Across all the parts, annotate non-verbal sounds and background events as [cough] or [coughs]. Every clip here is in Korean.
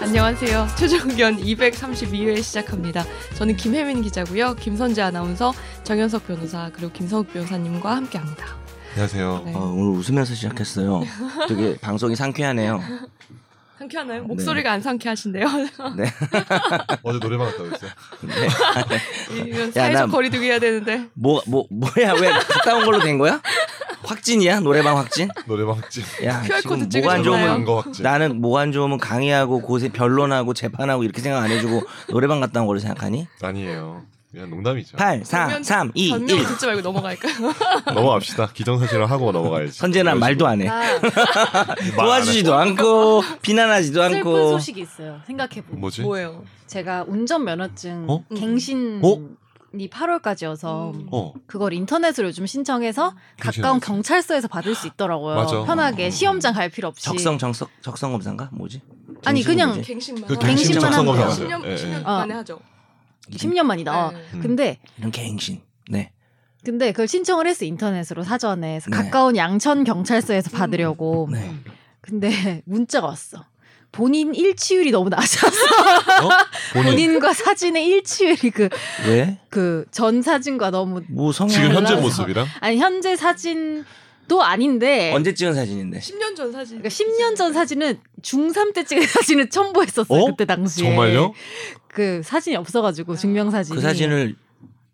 안녕하세요. 최종 의견 232회 시작합니다. 저는 김혜민 기자고요. 김선재 아나운서, 정현석 변호사 그리고 김성욱 변호사님과 함께합니다. 안녕하세요. 네. 아, 오늘 웃으면서 시작했어요. 되게 방송이 상쾌하네요. 상쾌하나요? 네. 목소리가 안 상쾌하신데요. [laughs] 어제 노래방 갔다 오셨어요? 네. 이건 야, 사회적 나- 거리두기 해야 되는데 뭐, 뭐, 뭐야? 왜 갔다 온 걸로 된 거야? 확진이야? 노래방 확진? 노래방 확진. 야, QR 코드 지금 뭐가 찍으셨나요? 안 좋으면 안거 확진. 나는 뭐가 안 좋으면 강의하고 고세 변론하고 재판하고 이렇게 생각 안 해주고 노래방 갔다 온 걸로 생각하니? 아니에요. 그냥 농담이죠. 8, 4, 전면- 3, 2, 반면 1. 듣지 말고 넘어갈까요? 넘어갑시다. 기정사실을 하고 넘어가야지. 선재는 말도 안 해. 나 말안 도와주지도 않고 비난하지도 슬픈 않고. 소식이 있어요. 생각해보면 뭐지? 뭐예요? 제가 운전면허증 어? 갱신이 어? 8월까지여서 음. 어. 그걸 인터넷으로 요즘 신청해서 가까운 갱신하지. 경찰서에서 받을 수 있더라고요. 맞아. 음. 편하게 시험장 갈 필요 없이. 적성, 정석, 적성 검사인가? 뭐지? 정신이 아니, 네. 그냥 뭐지? 갱신만 그 갱신 갱신 정성 정성검사 검사. 맞아요. 10년, 10년 예. 만에 하죠. 10년만이다. 어. 네. 음. 근데 이런 갱신. 네. 근데 그걸 신청을 했어 인터넷으로 사전에 그래서 네. 가까운 양천 경찰서에서 음. 받으려고. 네. 근데 [laughs] 문자가 왔어. 본인 일치율이 너무 낮아서 어? 본인 본인과 사진의 일치율이 왜? 그 그 전 사진과 너무 뭐 성향 지금 현재 몰라서. 모습이랑 아니 현재 사진도 아닌데 언제 찍은 사진인데? 10년 전 사진. 그러니까 10년 전 사진은 중3 때 찍은 [laughs] 사진을 첨부했었어요. 어? 그때 당시에. 예. 정말요? 그 사진이 없어가지고 증명 사진이. 그 사진을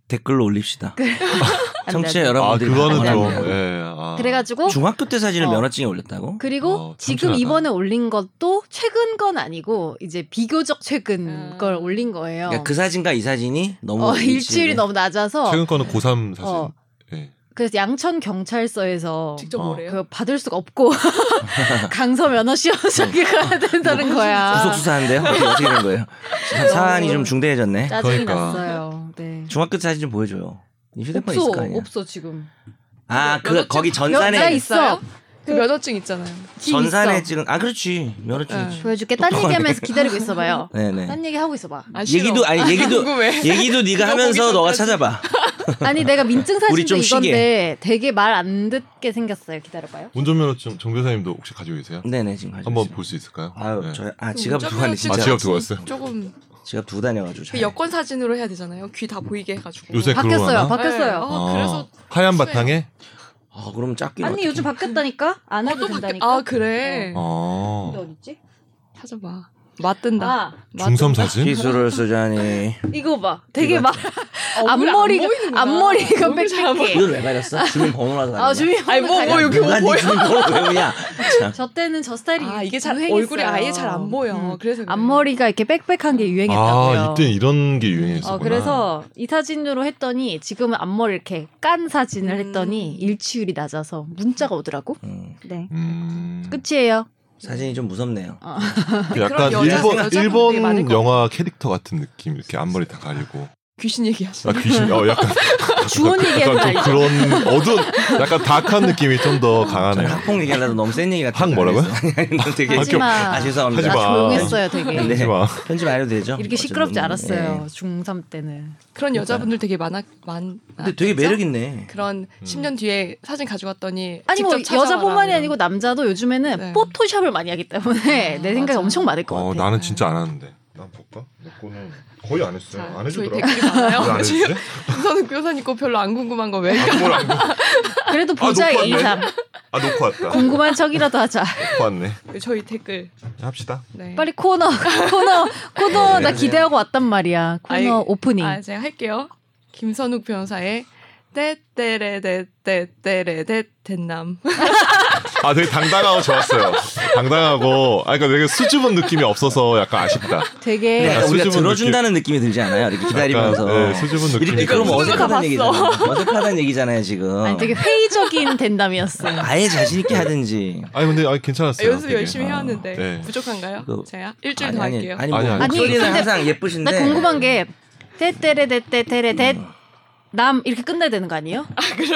댓글로 올립시다. [laughs] 안 청취자 돼, 안 돼. 아 여러분들 그거는 안 좀. 돼요. 예. 아. 그래가지고 중학교 때 사진을 어. 면허증에 올렸다고? 그리고 어, 지금 참신하다. 이번에 올린 것도 최근 건 아니고 이제 비교적 최근 음. 걸 올린 거예요. 그러니까 그 사진과 이 사진이 너무 어, 일치를- 일주일이 너무 낮아서 최근 거는 고3 사진. 어. 예. 그래서 양천 경찰서에서 직접 어, 뭐래요? 그 받을 수가 없고 [laughs] 강서 면허 어. 시험장에 가야 된다는 거야. 구속 수사한데요? 어떻게, 어떻게 된 거예요? 사안이 좀 중대해졌네. 짜증이 그러니까. 났어요. 네. 중학교 때 사진 좀 보여줘요. 이 휴대폰 없어 있을 거 아니야? 없어 지금. 아, 그 면허증? 거기 나 전산에 있어. 그 면허증 있잖아요. 기 전산에 있어. 찍은 아 그렇지 면허증이지. 보여줄게. 딴 똑똑하네. 얘기하면서 기다리고 있어봐요. 네네. 딴 얘기하고 있어봐. 아, 싫어. 얘기도 아니 얘기도 궁금해. 얘기도 네가 이거 하면서 보기 너가 전까지. 찾아봐. 아니 내가 민증 우리 사진도 좀 쉬게. 이건데 되게 말 안 듣게 생겼어요. 기다려봐요. 운전면허증 정 교사님도 혹시 가지고 계세요? 네네 지금 가지고 한번 있어요. 볼 수 있을까요? 아유 예. 저아 지갑 두고 왔네 아, 진짜. 지갑 두고 왔어요? 조금 지갑 두고 다녀가지고. 그 잘. 여권 사진으로 해야 되잖아요. 귀 다 보이게 해가지고. 네. 요새 그러고 바뀌었어요. 하나? 네. 바뀌었어요. 아, 그래서 하얀 바탕에. 아 그럼 작게. 언니 네. 요즘 바뀌었다니까? 안 해도 된다니까. 아 네. 그래. 어. 근데 어딨지? 찾아봐. 맞든다. 아 중3 사진? 기술을 쓰자니. 이거 봐. 되게 막 아, 얼굴이 안 앞머리가- 보이는구나. 앞머리가 얼굴이 잘안 빽빽해. 이걸 왜 받았어? 주민번호라서. 아 주민 아니, 뭐, 뭐, 이렇게 뭐 보여? [laughs] 주민번호 왜 오냐? 참. 저 때는 저 스타일이 아 이게 잘 유행했어요. 얼굴이 아예 잘 안 보여. 음. 그래서 그래요. 앞머리가 이렇게 빽빽한 게 유행했다고요. 아 이때 이런 게 유행했었구나. 어, 그래서 이 사진으로 했더니 지금은 앞머리 이렇게 깐 사진을 음. 했더니 일치율이 낮아서 문자가 오더라고. 음, 네. 음. 끝이에요. 어. 사진이 좀 무섭네요. 그 약간 아, 그런 여자- 일본 여자분들이 많을 일본 것 영화 캐릭터 같은 느낌 이렇게 앞머리 다 [laughs] 가리고 귀신 얘기하시. 아 귀신 어 [laughs] 약간 주원 얘기하는 거 약간 좀 알죠? 그런 어두운 약간 다크한 느낌이 좀 어, 더 아, 저는 강하네요. 학폭 얘기하려다 너무 센 얘기 같은. 학 거 뭐라고요? 아니었어요? 아니, 아니, 되게. 학교- 하지마. 아 죄송합니다. 하지 나 마. 조용했어요, 되게. 네. 하지마. 편집 안 해도 되죠? 네. 이렇게 네. 시끄럽지 않았어요. 중3 때는. 아, 그런 여자분들 되게 많아 많. 네. 근데 아, 되게 매력 있네. 그런 음. 10년 뒤에 사진 가져갔더니 아니 뭐 직접 찾아와라, 여자뿐만이 이런. 네, 아니고 남자도 요즘에는 네. 포토샵을 많이 하기 때문에 아, 내 생각이 맞아. 엄청 많을 것 어 같아요. 나는 진짜 안 하는데. 난 볼까? 내 거는 거의 안 했어요. 자, 저희 댓글이 많아요. [laughs] 지금 우선은 교사님 거 별로 안 궁금한 거 왜? 뭘안 아, 그래도 아, 보자 녹화네. 이삼 아 놓고 왔다. 궁금한 척이라도 하자. 놓고 왔네. 저희 댓글. 합시다. 네. 빨리 코너 코너 코너 나 네. 기대하고 왔단 말이야. 코너 아이, 오프닝. 아 제가 할게요. 김선욱 변호사의 떼떼레떼떼떼레떼 대남. 아 되게 당당하고 좋았어요. 당당하고 아 그러니까 되게 수줍은 느낌이 없어서 약간 아쉽다. 네, 되게 약간 우리가 수줍은 들어준다는 느낌. 이 들지 않아요? 이렇게 기다리면서. 약간, 네, 수줍은 느낌이 이렇게 들어요. 그럼 어색하다는 누가 얘기잖아요. 어색하다는 얘기잖아요 지금. 아니 되게 회의적인 [laughs] 덴담이었어요. 아예 자신 있게 하든지. 아니 근데 아니 괜찮았어요. 연습 되게. 열심히 해왔는데 네. 부족한가요? 그- 제가 일주일 더 할게요. 아니, 아니, 아니, 뭐 아니. 목소리는 아니, 항상 나 예쁘신데. 궁금한 게 아, 떼떼레떼떼레떼 남 이렇게 끝내야 되는 거 아니에요?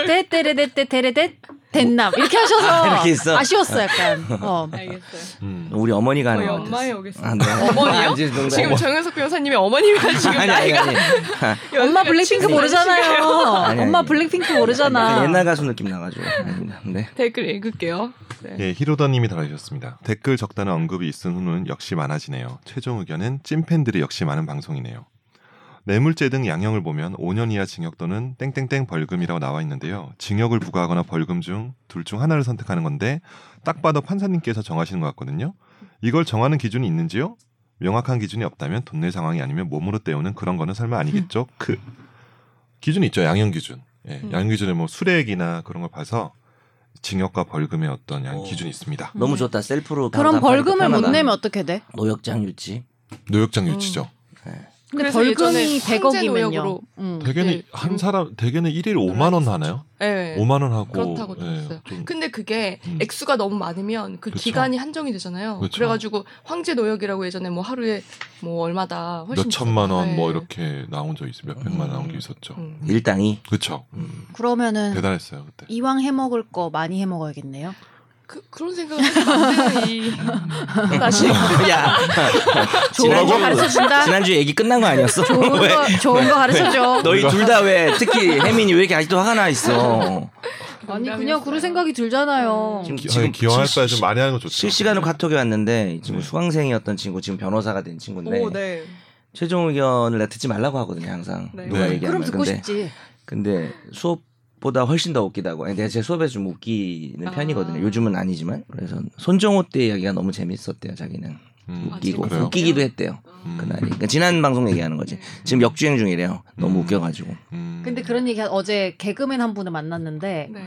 떼떼레떼떼레떼 됐남 이렇게 하셔서 아, 이렇게 있어? 아쉬웠어 약간. 어. 알겠어요. 음. 우리 어머니가 하는 거의 거 엄마의 오겠습니다. 아, 네. 어머니요? 아, 이제 농담. 지금 어머. 정현석 변호사님의 어머님이 지금 아니 아니 나이가 아니. 아, 엄마 블랙핑크 칠십 모르잖아요. 년이시래요. 아니. 엄마 블랙핑크 모르잖아. 약간 옛날 가수 느낌 나가지고. 아닙니다. 네. 댓글 읽을게요. 네. 예, 히로다님이 달아주셨습니다. 댓글 적다는 언급이 있은 후는 역시 많아지네요. 최종 의견은 찐팬들이 역시 많은 방송이네요. 뇌물죄 등 양형을 보면 5년 이하 징역 또는 땡땡땡 벌금이라고 나와 있는데요. 징역을 부과하거나 벌금 중 둘 중 하나를 선택하는 건데 딱 봐도 판사님께서 정하시는 것 같거든요. 이걸 정하는 기준이 있는지요? 명확한 기준이 없다면 돈 낼 상황이 아니면 몸으로 때우는 그런 거는 설마 아니겠죠? 그 기준이 있죠. 양형 기준. 예, 음. 양형 기준에 뭐 수레액이나 그런 걸 봐서 징역과 벌금의 어떤 양 오. 기준이 있습니다. 음. 너무 좋다. 셀프로 바로 그럼 다 빠르고 벌금을 못 편하다. 내면 어떻게 돼? 노역장 네. 유지. 노역장 유치죠. 근데 그래서 예전에 벌금이 황제 100억이면요. 노역으로 대개는 네, 한 음. 사람 대개는 일일 5만 원 하나요? 예. 5만 원 하고 그렇다고 예, 들었어요. 좀 근데 그게 음. 액수가 너무 많으면 그 그쵸. 기간이 한정이 되잖아요. 그쵸. 그래가지고 황제 노역이라고 예전에 뭐 하루에 뭐 얼마다 훨씬 몇 천만 원 비싸요. 뭐 예. 이렇게 나온 적 있어요. 몇 백만 음. 나온 게 있었죠. 음. 일당이. 그렇죠. 그러면은 대단했어요 그때. 이왕 해 먹을 거 많이 해 먹어야겠네요. 그, 그런 생각을 하는데 다시 [laughs] 야. 좋은 거 가르쳐 준다. 지난주 얘기 끝난 거 아니었어? 좋은 [laughs] [laughs] 왜? 거 좋은 거 가르쳐 줘. 너희 둘 다 왜? 특히 혜민이 왜 이렇게 아직도 화가 나 있어? 아니 그냥 그럴 생각이 들잖아요. 지금 기- 아니, 기여할 바에 좀 많이 하는 거 좋죠. 실시간으로 카톡이 왔는데 이 친구 네. 수강생이었던 친구 지금 변호사가 된 친구인데 오, 네. 최종 의견을 내가 듣지 말라고 하거든요 항상 네. 누가 네. 얘기하면 그럼 듣고 근데 싶지. 근데 수업보다 훨씬 더 웃기다고 아니, 내가 제 수업에 좀 웃기는 아. 편이거든요 요즘은 아니지만 그래서 손정호 때 이야기가 너무 재밌었대요 자기는 음, 아, 웃기고 재밌었어요? 웃기기도 했대요 음, 그날이 그러니까 지난 방송 얘기하는 거지 지금 역주행 중이래요 너무 음. 웃겨가지고 음. 근데 그런 얘기 어제 개그맨 한 분을 만났는데 네.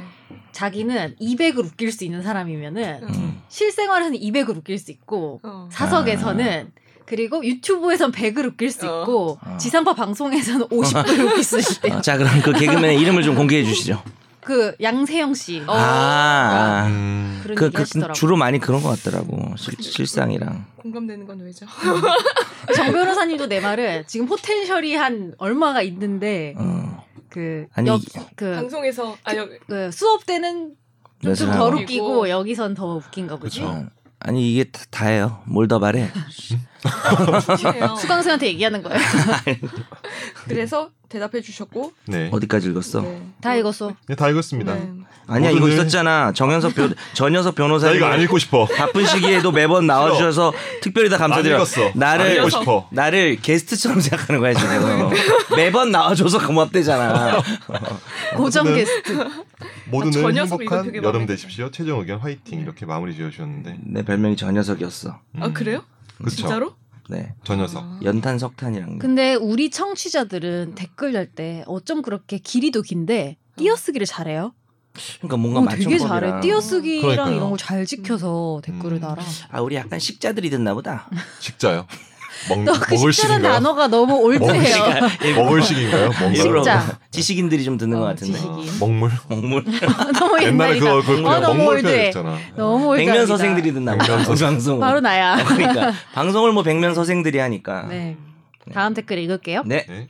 자기는 200을 웃길 수 있는 사람이면은 [laughs] 음. 실생활에서는 200을 웃길 수 있고 어. 사석에서는 그리고 유튜브에선 100을 웃길 수 어. 있고 어. 지상파 방송에서는 50을 웃길 수 있대. 아, 자 그럼 그 개그맨의 이름을 좀 공개해 주시죠 그 양세형 씨 어. 아, 아. 음. 그런 그, 얘기 그렇죠. 그 하시더라고. 주로 많이 그런 것 같더라고 실, 실상이랑 공감되는 건 왜죠? 정 변호사님도 내 말은 지금 포텐셜이 한 얼마가 있는데 어. 그 아니, 역- 이- 그, 방송에서 아 여, 그 수업 때는 그래서 좀덜 웃기고. 웃기고 여기선 더 웃긴가 보지. 그쵸. 어. 아니 이게 다, 다예요 뭘 더 말해 해요. 수강생한테 얘기하는 거예요. 그래서 대답해 주셨고 네. 어디까지 읽었어 네. 다 읽었어. 네, 다 읽었습니다. 네. 아니야 이거 모두들- 있었잖아 정현석 변나 전현석 변호사 이거 안 읽고 싶어. 바쁜 시기에도 매번 나와주셔서 특별히 다 안 감사드려요 읽었어. 안 나를 읽고 싶어. 아, 네. 나를 게스트처럼 생각하는 거야 지금 매번 나와줘서 [laughs] 고맙대잖아 고정 네. 게스트. 모두는 아, 저 녀석 이거 행복한 되게 여름 마음에 네. 되십시오. 최종 의견 화이팅 이렇게 마무리 지어주셨는데. 내 별명이 전현석이었어 아 그래요? 그렇죠. 진짜로? 아. 네 저 녀석. 연탄 음. 석탄이랑 근데 우리 청취자들은 댓글 달 때 어쩜 그렇게 길이도 긴데 띄어쓰기를 잘해요? 그러니까 뭔가 어, 되게 맞춤법이랑 잘해. 띄어쓰기랑 그러니까요. 이런 걸 잘 지켜서 댓글을 음. 달아. 아 우리 약간 식자들이 [laughs] 듣나 보다 [laughs] 식자요. 먹, 너그 먹을 식자는 식인가요? 단어가 [laughs] 너무 올드해요. [laughs] 먹을 식인가요? 일부러 먹물. 식자. 지식인들이 좀 듣는 어, 것 같은데 지식. 식이. 먹물. 어, 먹물 [laughs] 너무 옛날에 옛날이다. 그거 그 어, 그냥 너무 먹물 표현 올드해. 있잖아. 너무 올드합니다. 백면 서생들이 듣나 보다 백면서생. 방송 어, 바로 나야. 그러니까 방송을 뭐 백면 서생들이 하니까 음. 네. 다음 댓글 읽을게요. 네. 네.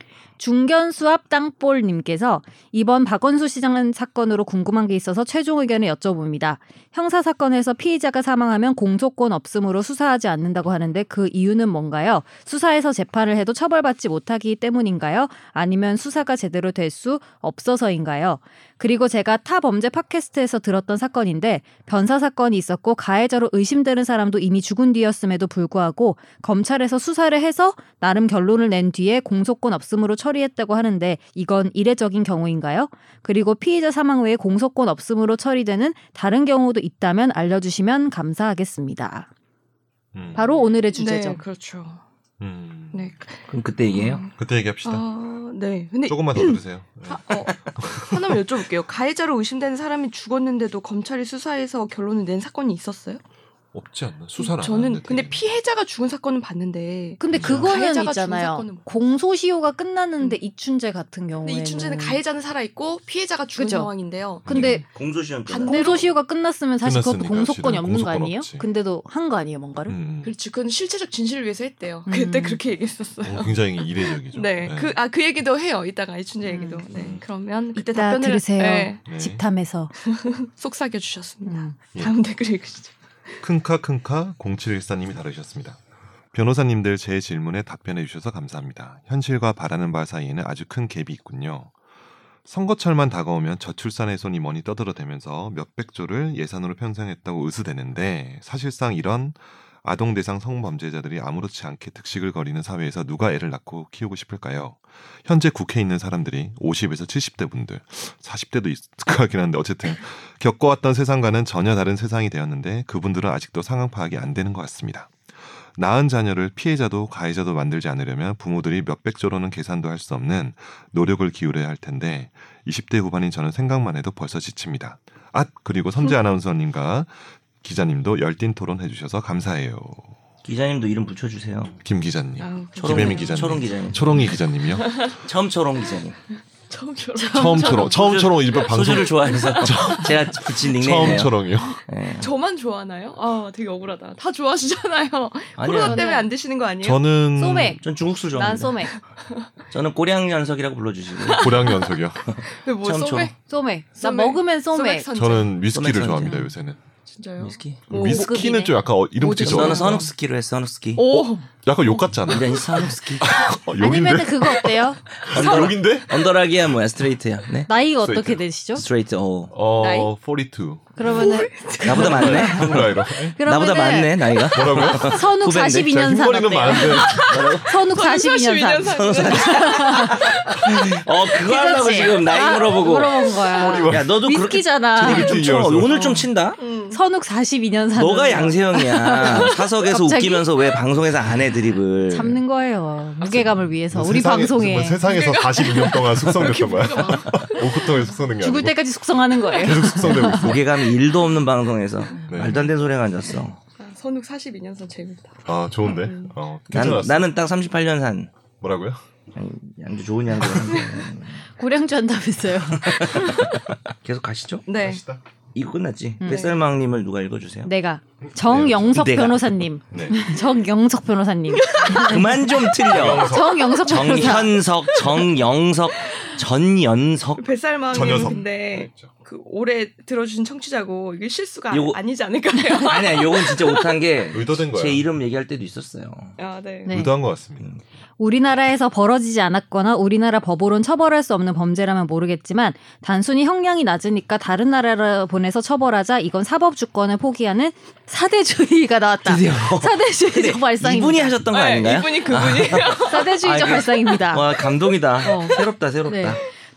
중견수압 땅볼님께서 이번 박원수 시장 사건으로 궁금한 게 있어서 최종 의견을 여쭤봅니다. 형사 사건에서 피의자가 사망하면 공소권 없음으로 수사하지 않는다고 하는데 그 이유는 뭔가요? 수사에서 재판을 해도 처벌받지 못하기 때문인가요? 아니면 수사가 제대로 될 수 없어서인가요? 그리고 제가 타 범죄 팟캐스트에서 들었던 사건인데 변사 사건이 있었고 가해자로 의심되는 사람도 이미 죽은 뒤였음에도 불구하고 검찰에서 수사를 해서 나름 결론을 낸 뒤에 공소권 없음으로 처리했다고 하는데 이건 이례적인 경우인가요? 그리고 피의자 사망 외에 공소권 없음으로 처리되는 다른 경우도 있다면 알려주시면 감사하겠습니다. 음. 바로 네, 오늘의 주제죠. 그렇죠. 음. 네. 음. 그럼 그때 얘기해요. 그때 얘기합시다. 아, 네. 근데 조금만 [clears throat] 더 들으세요. 네. 하, 어, 하나만 여쭤볼게요. 가해자로 의심되는 사람이 죽었는데도 검찰이 수사해서 결론을 낸 사건이 있었어요? 없지 않나? 수사는 안 저는 하는데 근데 되게. 피해자가 죽은 사건은 봤는데 근데 그죠. 그거는 가해자가 죽은 있잖아요. 사건은 뭐. 공소시효가 끝났는데 음. 이춘재 같은 경우에 근데 는 이춘재는 가해자는 살아 있고 피해자가 죽은 그죠. 상황인데요. 근데 공소시효 반대- 공소시효가 끝났으면 사실 그것도 끝났으니까 공소권이 지금 없는 거 공소권 아니에요? 없지. 근데도 한 거 아니에요, 뭔가를? 음, 음. 그렇지. 그건 실체적 진실을 위해서 했대요. 음. 그때 그렇게 얘기했었어요. 어, 굉장히 그렇죠. 이례적이죠. 네. 그, 아, 그 얘기도 해요. 이따가 이춘재 얘기도. 음. 네. 그러면 그때 이따 답변을 들으세요. 네, 네. 집탐에서 속삭여 주셨습니다. 음. 예. 다음 댓글 읽으시죠. 큰카큰카 0714님이 다루셨습니다. 변호사님들 제 질문에 답변해 주셔서 감사합니다. 현실과 바라는 바 사이에는 아주 큰 갭이 있군요. 선거철만 다가오면 저출산의 손이 머니 떠들어대면서 몇백 조를 예산으로 편성했다고 의스대는데 사실상 이런 아동 대상 성범죄자들이 아무렇지 않게 득식을 거리는 사회에서 누가 애를 낳고 키우고 싶을까요? 현재 국회에 있는 사람들이 50에서 70대 분들, 40대도 있을 것 같긴 한데 어쨌든 겪어왔던 세상과는 전혀 다른 세상이 되었는데 그분들은 아직도 상황 파악이 안 되는 것 같습니다. 낳은 자녀를 피해자도 가해자도 만들지 않으려면 부모들이 몇백조로는 계산도 할 수 없는 노력을 기울여야 할 텐데 20대 후반인 저는 생각만 해도 벌써 지칩니다. 앗! 그리고 선재 아나운서님과 기자님도 열띤 토론 해주셔서 감사해요. 기자님도 이름 붙여주세요. 김 기자님. 아우, 초롱- 김혜민 기자님. 초롱 기자님. 초롱이 [laughs] 기자님이요? 처음 초롱 기자님. 처음 결혼. 처음 초롱. 처음 초롱 이번 방송. 소주를 좋아해서 제가 붙인 처음 닉네임이에요. 초롱이요? 예. 저만 좋아하나요? 아, 되게 억울하다. 다 좋아하시잖아요. 코로나 아니요. 때문에 안 드시는 거 아니에요? 저는 음. 소맥. 전 중국 음. 술 난 좋아합니다. 소맥. 저는 꼬량 연석이라고 불러주시고 고량 연속이요. 왜뭐 처음 소맥? 소맥. 나 소맥. 먹으면 소맥 소맥. 선제. 저는 위스키를 소맥 좋아합니다 선정. 요새는. 진짜요? 위스키. 오, 위스키는 고급이네. 좀 약간 어, 이름 오직 붙이죠. 저는 선욱스키로 했어. 선욱스키. 오, 약간 욕 같잖아. 이런 선욱스키. [laughs] 어, 아니면 욕인데? 그거 어때요? 어, 욕인데? 언더락이야 뭐야 스트레이트야. 네. 나이가 스트레이트. 어떻게 되시죠? 스트레이트. 오. 나이? 어, 42. 그러면은 나보다 많네. 한글라이로. 나보다 많네 나이가. 뭐라고요? 선욱 후배인데? 42년산 네, 흰머리는 어때요? 많은데. 선욱 42년 42년산. 산. 어 그거 하려고 지금 나이 물어보고. 아, 뭐. 물어본 거야. 머리만. 야 너도 그렇게 위스키잖아. 되게 좀 쳐. 이어서. 오늘 좀 친다. 음. 선욱 42년산. 너가 양세형이야. 사석에서 갑자기? 웃기면서 왜 방송에서 안 해 드립을. 잡는 거예요. 무게감을 위해서 우리 세상에- 방송에 뭐 세상에서 42년 동안 숙성됐던 거야. [laughs] 오크통에 숙성된 게 죽을 아니고. 때까지 숙성하는 거예요. 계속 숙성되고 있어. 무게감이 1도 없는 방송에서 [laughs] 네. 말도 안 되는 소리가 앉았어. 아, 선욱 42년 산 재밌다. 아 좋은데. 어, 나는 괜찮았어. 나는 딱 38년 산. 뭐라고요? 양주 좋은 양주. 고량주 한다면서요. 계속 가시죠. 네. 시다 이거 끝났지. 음. 네. 뱃살망님을 누가 읽어주세요. 내가 정영석 내가. 변호사님. 네. 정영석 변호사님. 그만 좀 틀려. 정영석 변호사. 정현석, 정영석, 전연석. 뱃살마님 전여성. 근데 그렇죠. 그 올해 들어주신 청취자고 이게 실수가 요거- 아니지 [laughs] 않을까요? 아니야, 요건 진짜 못한 게 제 의도된 거야. 이름 얘기할 때도 있었어요. 아, 네. 네. 의도한 것 같습니다. 우리나라에서 벌어지지 않았거나 우리나라 법으론 처벌할 수 없는 범죄라면 모르겠지만 단순히 형량이 낮으니까 다른 나라로 보내서 처벌하자 이건 사법 주권을 포기하는 사대주의가 나왔다. 드디어. 사대주의적 발상입니다. 네. 이분이 하셨던 거 네, 아닌가요? 이분이 [laughs] 그분이에요. 사대주의적 아, 이게- 발상입니다. 와 감동이다. 어. 새롭다, 새롭다. 네.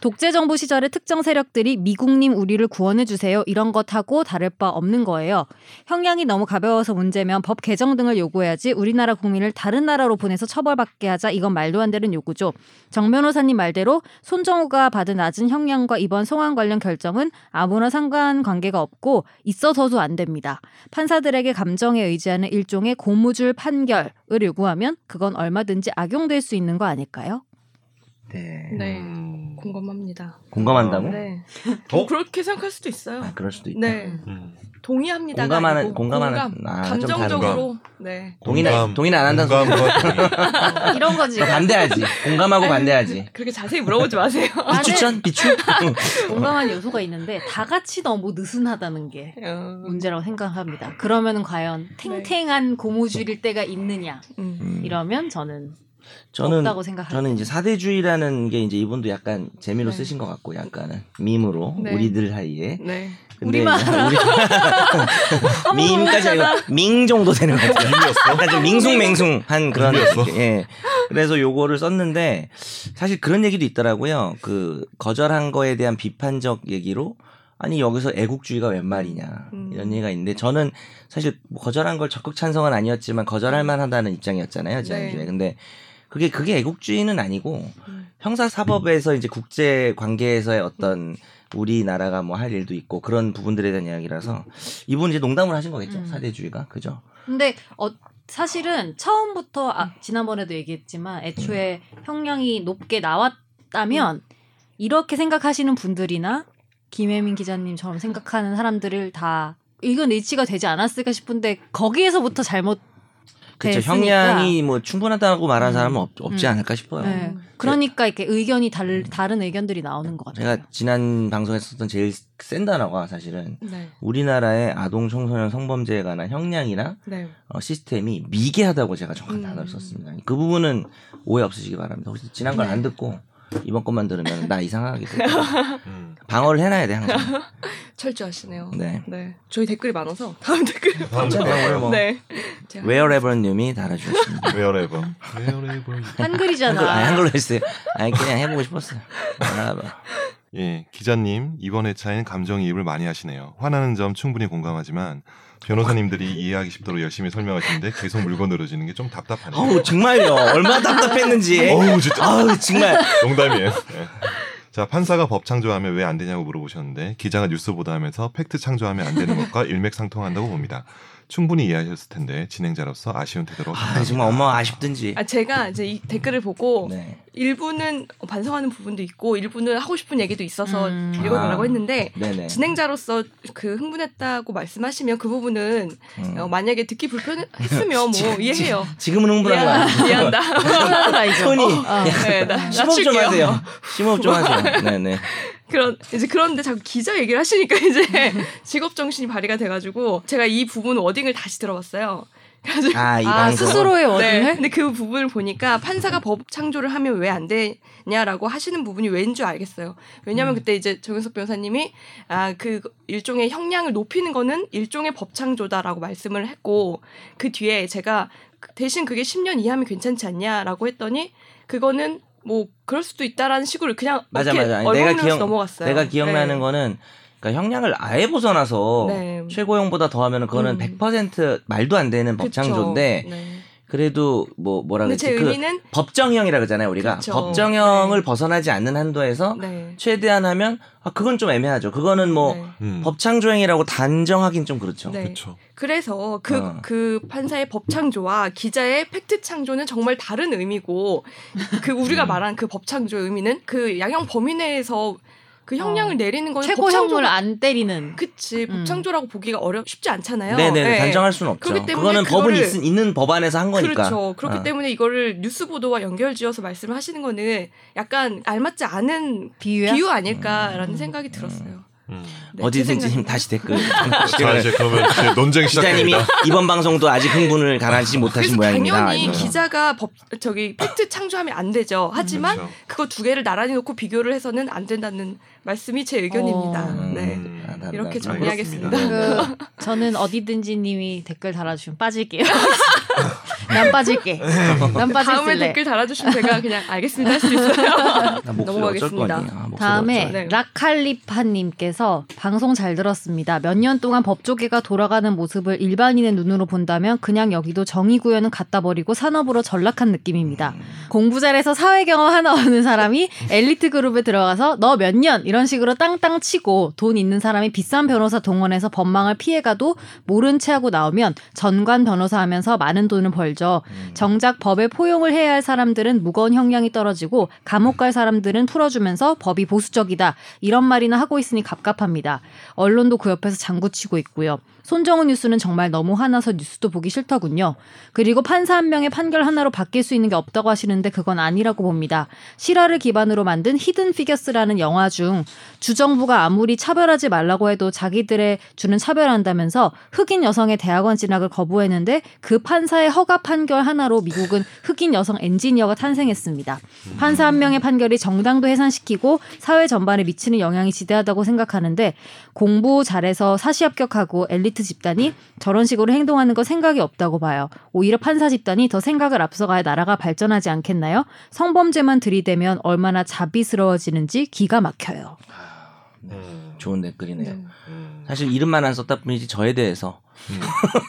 독재 정부 시절의 특정 세력들이 미국님 우리를 구원해 주세요 이런 것하고 다를 바 없는 거예요. 형량이 너무 가벼워서 문제면 법 개정 등을 요구해야지 우리나라 국민을 다른 나라로 보내서 처벌받게 하자 이건 말도 안 되는 요구죠. 정 변호사님 말대로 손정우가 받은 낮은 형량과 이번 송환 관련 결정은 아무런 상관관계가 없고 있어서도 안 됩니다. 판사들에게 감정에 의지하는 일종의 고무줄 판결을 요구하면 그건 얼마든지 악용될 수 있는 거 아닐까요? 네. 네. 음. 공감합니다. 공감한다고? 네. 어? 뭐 그렇게 생각할 수도 있어요. 아, 그럴 수도 있다. 네. 음. 동의합니다. 공감하는- 아니고 공감하는- 공감. 아, 좀 감정적으로. 네. 동의는- 공감, 동의는 안 한다는 공감과 동의. 이런 거지. 그거 반대하지. 공감하고 반대하지. 그렇게 자세히 물어보지 [laughs] 마세요. 아, 네. 비추천? [laughs] 비추? 공감한 요소가 있는데 다 같이 너무 느슨하다는 게 음. 문제라고 생각합니다. 그러면 과연 탱탱한 고무줄일 때가 있느냐? 음. 음. 이러면 저는 저는 없다고 생각합니다. 저는 이제 사대주의라는 게 이제 이분도 약간 재미로 네. 쓰신 것 같고 약간은 밈으로 네. 우리들 사이에 네. 우리만 이제 우리 밈까지 아니고 밍 정도 되는 것 같아요. 약간 좀 밍숭맹숭한 그런 밈이었어? 예. 그래서 요거를 썼는데 사실 그런 얘기도 있더라고요. 그 거절한 거에 대한 비판적 얘기로 아니 여기서 애국주의가 웬 말이냐 음. 이런 얘기가 있는데 저는 사실 뭐 거절한 걸 적극 찬성은 아니었지만 거절할 만하다는 입장이었잖아요 지난주에 네. 근데 그게 그게 애국주의는 아니고 음. 형사 사법에서 이제 국제 관계에서의 어떤 우리나라가 뭐 할 일도 있고 그런 부분들에 대한 이야기라서 이분 이제 농담을 하신 거겠죠 음. 사대주의가 그죠? 근데 어, 사실은 처음부터 아, 지난번에도 얘기했지만 애초에 형량이 높게 나왔다면 이렇게 생각하시는 분들이나 김혜민 기자님처럼 생각하는 사람들을 다 의견 일치가 되지 않았을까 싶은데 거기에서부터 잘못 그렇죠. 됐으니까. 형량이 뭐 충분하다고 말하는 네, 음. 사람은 없, 지 음. 않을까 싶어요. 네. 그러니까 이렇게 의견이 다른 다른 의견들이 나오는 것 음. 같아요. 제가 지난 방송에서 썼던 제일 센 단어가 사실은 네. 우리나라의 아동 청소년 성범죄에 관한 형량이나 네. 어, 시스템이 미개하다고 제가 정확한 음. 단어를 썼습니다. 그 부분은 오해 없으시기 바랍니다. 혹시 지난 네. 걸 안 듣고 이번 것만 들으면 나 [laughs] 이상하게 들 음. 방어를 해놔야 돼 항상. 철저하시네요. 네. 네. 저희 댓글이 많아서 [laughs] 다음 댓글. 괜찮아요. 오늘 뭐 네. [laughs] 제가 [laughs] 웨어레버님이 달아주셨습니다. 웨어레버. 웨어레버. 한글, 아, 한글이잖아. 한글로 했어요. 아니 그냥 해보고 싶었어요. 알아봐. 예, 기자님 이번 회차엔 감정이입을 많이 하시네요. 화나는 점 충분히 공감하지만 변호사님들이 이해하기 쉽도록 열심히 설명하시는데 계속 물고 늘어지는 게 좀 답답하네요. 어우 네? 정말요. 얼마나 답답했는지. 어우, 진짜 아우 정말. 농담이에요. 예. 자 판사가 법 창조하면 왜 안 되냐고 물어보셨는데 기자가 뉴스 보도하면서 팩트 창조하면 안 되는 것과 일맥상통한다고 봅니다. 충분히 이해하셨을 텐데 진행자로서 아쉬운 태도로 아, 정말 엄마 아쉽든지. 아 뭐. 제가 이제 이 댓글을 보고 네. 일부는 반성하는 부분도 있고 일부는 하고 싶은 얘기도 있어서 음. 읽어보라고 아. 했는데 네네. 진행자로서 그 흥분했다고 말씀하시면 그 부분은 음. 어, 만약에 듣기 불편했으면 [laughs] 뭐 이해해요. 지금은 흥분한 거야. 미안, 미안다. [laughs] 손이 아, 네, 나, 심호흡 좀 낮출게요. 하세요. 심호흡 좀 하세요. [laughs] 네네. 그런 이제 그런데 자꾸 기자 얘기를 하시니까 [laughs] [laughs] 이제 직업 정신이 발휘가 돼가지고 제가 이 부분 워딩을 다시 들어봤어요. 그래서 아, 이 아, 방송. 스스로의 네. 원인을 근데 그 부분을 보니까 판사가 법 창조를 하면 왜 안 되냐라고 하시는 부분이 왠 줄 알겠어요. 음. 왜냐하면 그때 이제 정윤석 변호사님이 아 그 일종의 형량을 높이는 거는 일종의 법 창조다라고 말씀을 했고 그 뒤에 제가 그- 대신 그게 10년 이하면 괜찮지 않냐라고 했더니 그거는 뭐 그럴 수도 있다라는 식으로 그냥 맞아, 이렇게 맞아. 아니, 내가 얼버무려서 기억- 넘어갔어요. 내가 기억나는 네. 거는 그러니까 형량을 아예 벗어나서 네. 최고형보다 더하면 그거는 음. 100% 말도 안 되는 그쵸. 법창조인데 네. 그래도 뭐 뭐라 근데 그랬지 제 그 의미는 법정형이라 그러잖아요 우리가 그쵸. 법정형을 그렇죠. 네. 벗어나지 않는 한도에서 네. 최대한 하면 아 그건 좀 애매하죠 그거는 뭐 네. 음. 법창조형이라고 단정하긴 좀 그렇죠 네. 그렇죠. 그래서 그, 어. 그 판사의 법창조와 기자의 팩트창조는 정말 다른 의미고, 그 음. 우리가 말한 그 법창조의 의미는 그 양형 범위 내에서 그 형량을 어. 내리는 건 최고형을 법창조가- 안 때리는 그치, 음. 법창조라고 보기가 어렵, 쉽지 않잖아요. 네네 네. 단정할 수는 없죠 그렇기 때문에 그거는 법은 그거를- 있, 있는 법안에서 한 거니까 그렇죠. 그렇기 어. 때문에 이거를 뉴스 보도와 연결지어서 말씀을 하시는 거는 약간 알맞지 않은 비유야. 비유 아닐까라는 음. 생각이 들었어요. 음. 네, 제 어디든지 생각입니다. [laughs] 다시 댓글 음, 자 이제 그러면 이제 논쟁 기자님이 시작합니다. 이번 방송도 아직 흥분을 가라앉히지 그래서 못하신 모양입니다. 네. 아, 당연히 이러면서. 기자가 법 저기 팩트 창조하면 안 되죠. 하지만 그렇죠. 그거 두 개를 나란히 놓고 비교를 해서는 안 된다는 말씀이 제 의견입니다. 어. 네. 음. 아, 나- 이렇게 나- 나- 정리하겠습니다. 그렇습니다. 그 저는 어디든지 님이 댓글 달아주시면 빠질게요. [laughs] 난 빠질게. [laughs] 난 다음에 빠질래. 댓글 달아주시면 제가 그냥 알겠습니다 할 수 있어요. [laughs] 나 목소리 어쩔 거 넘어가겠습니다. 아니야. 아, 목소리 다음에 어쩔- 네. 라칼리파님께서 방송 잘 들었습니다. 몇 년 동안 법조계가 돌아가는 모습을 일반인의 눈으로 본다면 그냥 여기도 정의구현은 갖다 버리고 산업으로 전락한 느낌입니다. 공부 잘해서 사회 경험 하나 얻는 사람이 엘리트 그룹에 들어가서 너 몇 년 이런 식으로 땅땅 치고 돈 있는 사람이 비싼 변호사 동원해서 법망을 피해가도 모른 체 하고 나오면 전관 변호사 하면서 많은 돈을 벌죠. 정작 법에 포용을 해야 할 사람들은 무거운 형량이 떨어지고 감옥 갈 사람들은 풀어주면서 법이 보수적이다 이런 말이나 하고 있으니 갑갑합니다. 언론도 그 옆에서 장구치고 있고요. 손정은 뉴스는 정말 너무 화나서 뉴스도 보기 싫더군요. 그리고 판사 한 명의 판결 하나로 바뀔 수 있는 게 없다고 하시는데 그건 아니라고 봅니다. 실화를 기반으로 만든 히든 피겨스라는 영화 중 주정부가 아무리 차별하지 말라고 해도 자기들의 주는 차별한다면서 흑인 여성의 대학원 진학을 거부했는데 그 판사의 허가 판결 하나로 미국은 흑인 여성 엔지니어가 탄생했습니다. 판사 한 명의 판결이 정당도 해산시키고 사회 전반에 미치는 영향이 지대하다고 생각하는데 공부 잘해서 사시 합격하고 엘리트 집단이 저런 식으로 행동하는 거 생각이 없다고 봐요. 오히려 판사 집단이 더 생각을 앞서가야 나라가 발전하지 않겠나요? 성범죄만 들이대면 얼마나 자비스러워지는지 기가 막혀요. 음. 좋은 댓글이네요. 네. 음. 사실 이름만 안 썼다 뿐이지 저에 대해서 음. [laughs]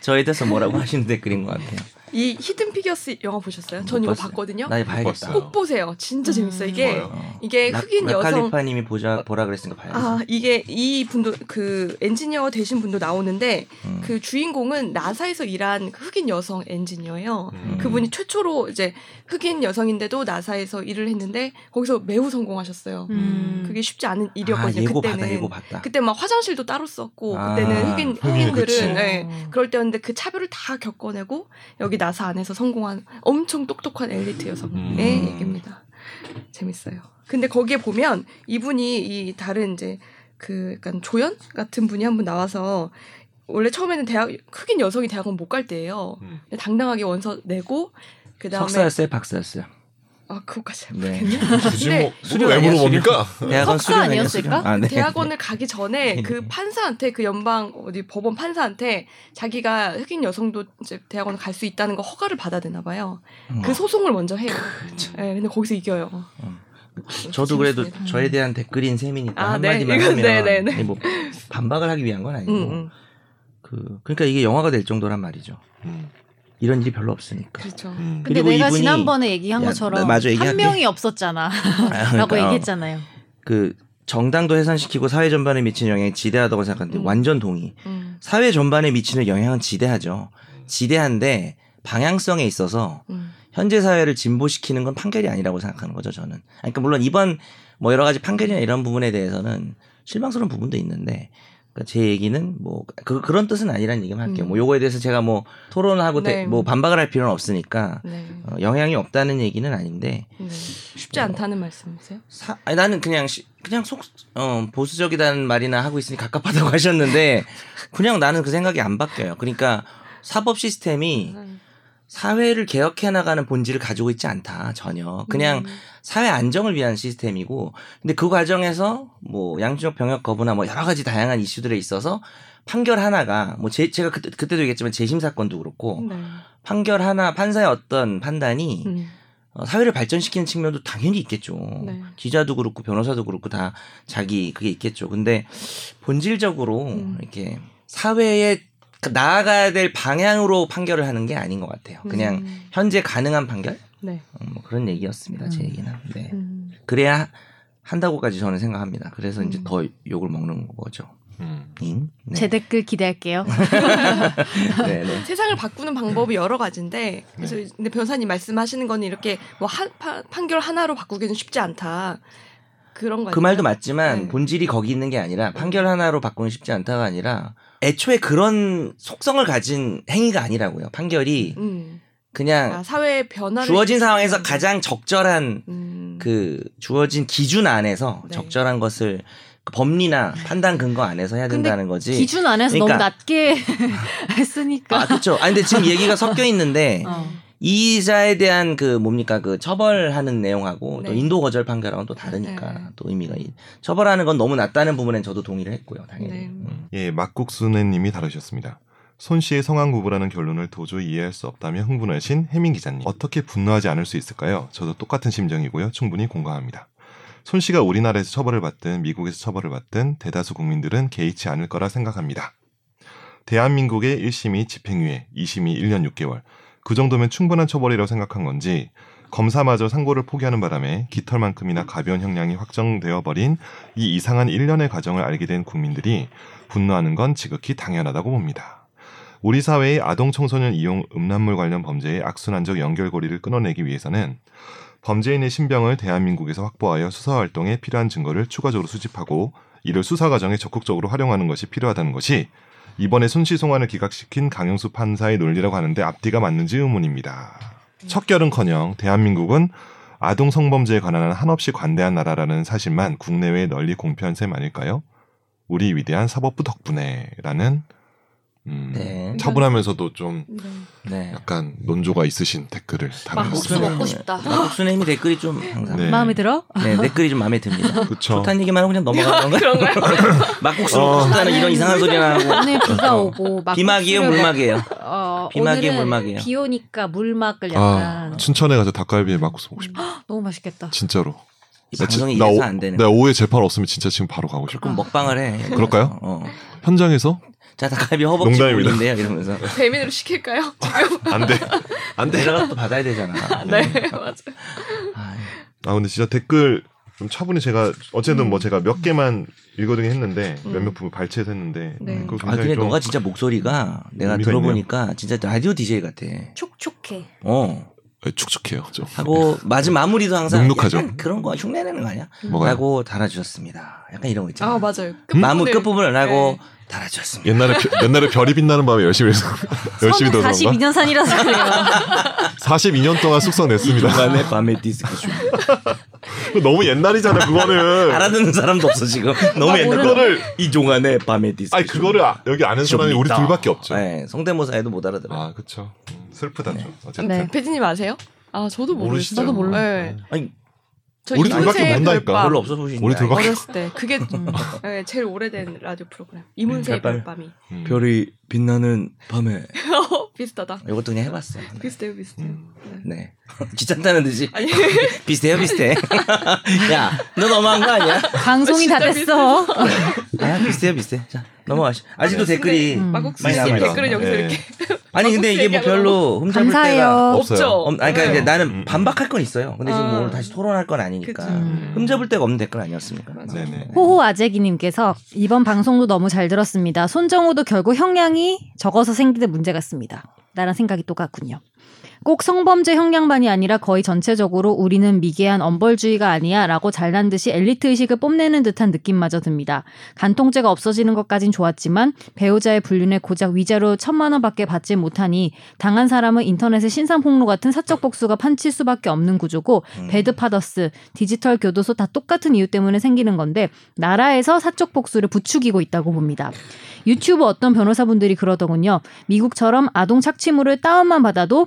저에 대해서 뭐라고 하시는 댓글인 것 같아요. 이 히든 피겨스 영화 보셨어요? 전 못 이거 봤어요. 봤거든요. 나 이거 봤어요. 봐야겠다. 꼭 보세요. 진짜 음. 재밌어요. 이게 좋아요. 이게 라- 네, 흑인 여성 라칼리파님이 보자 보라 그랬으니까 봐야지. 아 이게 이 분도 그 엔지니어 되신 분도 나오는데 음. 그 주인공은 나사에서 일한 그 흑인 여성 엔지니어예요. 음. 그분이 최초로 이제 흑인 여성인데도 나사에서 일을 했는데 거기서 매우 성공하셨어요. 음. 그게 쉽지 않은 아, 일이었거든요. 예고 그때는 받아 예고 받다. 그때 막 화장실도 따로 썼고 아, 그때는 흑인 흑인, 그치. 흑인들은 네. 예, 그럴 때였는데 그 차별을 다 겪어내고 여기 나사 안에서 성공한 엄청 똑똑한 엘리트 여성의 음. 얘기입니다. 재밌어요. 근데 거기에 보면 이분이 이 다른 이제 그 약간 조연 같은 분이 한 분 나와서 원래 처음에는 대학 흑인 여성이 대학원 못 갈 때예요. 음. 당당하게 원서 내고 그 다음에 석사였어요, 박사였어요. 아 그거까지 잘 네. [laughs] 모르겠네요. 굳이 근데 뭐 수료 왜 물어봅니까? 대학원 석사 수련 아니에요, 아니었을까? 수련? 아, 네. 대학원을 가기 전에 그 판사한테 그 연방 어디 법원 판사한테 자기가 흑인 여성도 이제 대학원을 갈 수 있다는 거 허가를 받아야 되나 봐요. 음. 그 소송을 먼저 해요. 음. 참. 예, 근데 거기서 이겨요. 그렇죠. 네. 음. 그렇죠. 저도 그래도 재밌습니다. 저에 대한 댓글인 셈이니까 음. 아, 네. 한마디만 이건 하면 네, 네, 네. 이게 뭐 반박을 하기 위한 건 아니고 음, 음. 그 그러니까 이게 영화가 될 정도란 말이죠. 음, 이런 일이 별로 없으니까. 그렇죠. 음. 근데 그리고 내가 이분이- 지난번에 얘기한 야, 것처럼 나- 맞아, 한 얘기할게. 명이 없었잖아 [laughs] 아, 라고 그러니까, 어, 얘기했잖아요. 그 정당도 해산시키고 사회 전반에 미치는 영향이 지대하다고 생각하는데 음. 완전 동의. 음, 사회 전반에 미치는 영향은 지대하죠. 지대한데 방향성에 있어서 음. 현재 사회를 진보시키는 건 판결이 아니라고 생각하는 거죠, 저는. 아니, 그러니까 물론 이번 뭐 여러 가지 판결이나 이런 부분에 대해서는 실망스러운 부분도 있는데 그러니까 제 얘기는 뭐 그, 런 뜻은 아니라는 얘기만 할게요. 음. 뭐 요거에 대해서 제가 뭐 토론하고 네. 대- 뭐 반박을 할 필요는 없으니까 네. 어, 영향이 없다는 얘기는 아닌데 네. 쉽지 뭐 않다는 말씀이세요? 사, 아니, 나는 그냥 시- 그냥 속 어, 보수적이라는 말이나 하고 있으니 갑갑하다고 [laughs] 하셨는데 그냥 나는 그 생각이 안 바뀌어요. 그러니까 사법 시스템이 음. 사회를 개혁해 나가는 본질을 가지고 있지 않다 전혀 그냥 음. 사회 안정을 위한 시스템이고 근데 그 과정에서 뭐 양준혁 병역 거부나 뭐 여러 가지 다양한 이슈들에 있어서 판결 하나가 뭐 제, 제가 그때 그때도 얘기했지만 재심 사건도 그렇고 네. 판결 하나 판사의 어떤 판단이 음. 어, 사회를 발전시키는 측면도 당연히 있겠죠. 네. 기자도 그렇고 변호사도 그렇고 다 자기 그게 있겠죠. 근데 본질적으로 음. 이렇게 사회에 나아가야 될 방향으로 판결을 하는 게 아닌 것 같아요. 그냥 음. 현재 가능한 판결 네. 어, 뭐 그런 얘기였습니다. 제 얘기는. 네. 음. 그래야 한다고까지 저는 생각합니다. 그래서 이제 음. 더 욕을 먹는 거죠. 음. 잉? 네. 제 댓글 기대할게요. [laughs] 네, 네. 세상을 바꾸는 방법이 여러 가지인데 그래서 근데 변사님 말씀하시는 건 이렇게 뭐 한, 파- 판결 하나로 바꾸기는 쉽지 않다 그런 거 그 말도 맞지만 네. 본질이 거기 있는 게 아니라 판결 하나로 바꾸는 쉽지 않다가 아니라 애초에 그런 속성을 가진 행위가 아니라고요. 판결이 음. 아, 그냥 사회의 변화를 주어진 상황에서 이끌어가는- 가장 적절한 음. 그 주어진 기준 안에서 네. 적절한 것을 그 법리나 판단 근거 안에서 해야 근데 된다는 거지. 기준 안에서 그러니까- 너무 낮게 [laughs] 했으니까. 아, 그렇죠. 아 근데 지금 얘기가 섞여 [laughs] 있는데 어. 이자에 대한 그 뭡니까 그 처벌하는 내용하고 또 네. 인도 거절 판결하고는 또 다르니까 네, 네. 또 의미가 있- 처벌하는 건 너무 낮다는 부분엔 저도 동의를 했고요 당연히 네. 음. 예, 막국수네님이 다루셨습니다. 손 씨의 성황구부라는 결론을 도저히 이해할 수 없다며 흥분하신 해민 기자님. 어떻게 분노하지 않을 수 있을까요? 저도 똑같은 심정이고요. 충분히 공감합니다. 손 씨가 우리나라에서 처벌을 받든 미국에서 처벌을 받든 대다수 국민들은 개의치 않을 거라 생각합니다. 대한민국의 1심이 집행유예, 2심이 1년 6개월. 그 정도면 충분한 처벌이라고 생각한 건지 검사마저 상고를 포기하는 바람에 깃털만큼이나 가벼운 형량이 확정되어 버린 이 이상한 1년의 과정을 알게 된 국민들이 분노하는 건 지극히 당연하다고 봅니다. 우리 사회의 아동 청소년 이용 음란물 관련 범죄의 악순환적 연결고리를 끊어내기 위해서는 범죄인의 신병을 대한민국에서 확보하여 수사 활동에 필요한 증거를 추가적으로 수집하고 이를 수사 과정에 적극적으로 활용하는 것이 필요하다는 것이 이번에 손시송환을 기각시킨 강영수 판사의 논리라고 하는데 앞뒤가 맞는지 의문입니다. 첫결은커녕 대한민국은 아동 성범죄에 관한 한없이 관대한 나라라는 사실만 국내외에 널리 공표한 셈 아닐까요? 우리 위대한 사법부 덕분에라는 음, 네. 차분하면서도 좀 네. 네. 음, 약간 논조가 있으신 댓글을 막국수 달아주셨습니다. 먹고 싶다. 막국수는 네, 힘이 댓글이 좀 항상 네. 네. 마음에 들어? 댓글이 좀 [laughs] 마음에 듭니다 그렇죠. 좋다는 얘기만 하고 그냥 넘어가는 건가요? 아, 그런가요? [laughs] 아, 네, 막국수 어. 먹고 싶다는 이런 이상한 소리나 하고 네, 오늘 비가 오고 막 어. 비막이에요 수요가- 물막이에요 어, 비막이에요, 오늘은 물막이에요? 비 오니까 물막을 약간 아, 춘천에 가서 닭갈비에 막국수 먹고 싶다. 너무 맛있겠다. 진짜로. 이 나 지- 방송이 나 이래서 오- 안 되는 뭐- 내가 오후에 재판 없으면 진짜 지금 바로 가고 싶어. 그럼 먹방을 해 그럴까요? 어. 현장에서 자, 닭갈비 허벅지 농담입니다. 부분인데요. 이러면서. 배민으로 시킬까요? [laughs] 지금 안 돼. [laughs] 안 돼. 내려가서 또 받아야 되잖아. [laughs] 네 맞아요. 아, 아 근데 진짜 댓글 좀 차분히 제가 어쨌든 뭐 제가 몇 개만 읽어드긴 했는데 음. 몇몇 부분 발췌해서 했는데 음, 네. 그거 아, 굉장히 근데 좀 너가 진짜 목소리가 내가 의미가 들어보니까 진짜 라디오 DJ 같아. 촉촉해. 어. 아, 축축해요. 좀. 하고 마지 마무리도 항상 눅눅하죠. 약간 그런 거 흉내 내는 거 아니야? 뭐가요? 라고 달아주셨습니다. 약간 이런 거 있잖아. 아 맞아요. 마무 끝부분을- 끝부분을 네. 라고 달아주셨습니다. 옛날에 별- 옛날에 별이 빛나는 밤에 열심히 [laughs] 해서 열심히 들어서 그런가? 42년 산이라서 [laughs] 그래요. 42년 동안 숙성 [laughs] 냈습니다. 중간에 아, 밤에 디스크 [laughs] 중. 너무 옛날이잖아 그거는. 알아듣는 사람도 없어 지금. 너무 옛날 모르는- 거를 이종환의 밤에 디스크. 아니 그거를 아- 여기 아는 사람이 우리 둘밖에 없죠. 네, 성대모사에도 못 알아들어. 요 아 그쵸. 음, 슬프다 좀. 어쨌든 네. 배진님 아세요? 아 저도 모르시죠. 모르시죠. 몰라요. 네. 아니 저 우리 이문세 둘밖에 모른다니까. 별밤 별로 없어 보이신 우리 둘밖에- 어렸을 때 그게 네, 제일 오래된 라디오 프로그램 이문세 음, 별밤. 별밤이 [laughs] 음. 별이 빛나는 밤에. 비슷하다. 이것도 그냥 해봤어. 네. 비슷해요, 비슷해요. 음. 네. 귀찮다는 듯이 아니 [laughs] 비슷해요, 비슷해. 야, 너 너무한 거 아니야? 방송이 다 진짜 됐어. 아, 비슷해요, 비슷해. 자, 넘어가시. 아직도 근데 댓글이. 음. 마국 씨 많이 남아있어. 댓글은 여기서 네. 이렇게 아니 근데 이게 뭐 얘기하고 별로 흠잡을 때가. 감사해요. 없어요. 없죠. 없, 아니, 그러니까 네. 이제 나는 음. 반박할 건 있어요. 근데 지금 아. 오늘 다시 토론할 건 아니니까. 그치. 음. 흠잡을 데가 없는 댓글 아니었습니까? 맞아요. 네네. 음. 호호 아재기님께서 이번 방송도 너무 잘 들었습니다. 손정우도 결국 형량이 적어서 생기는 문제 같습니다. 나랑 생각이 똑같군요. 꼭 성범죄 형량만이 아니라 거의 전체적으로 우리는 미개한 엄벌주의가 아니야 라고 잘난 듯이 엘리트 의식을 뽐내는 듯한 느낌마저 듭니다. 간통죄가 없어지는 것까진 좋았지만 배우자의 불륜에 고작 위자료 천만 원밖에 받지 못하니 당한 사람은 인터넷의 신상 폭로 같은 사적 복수가 판칠 수밖에 없는 구조고 음. 배드파더스, 디지털 교도소 다 똑같은 이유 때문에 생기는 건데 나라에서 사적 복수를 부추기고 있다고 봅니다. 유튜브 어떤 변호사분들이 그러더군요. 미국처럼 아동 착취물을 다운만 받아도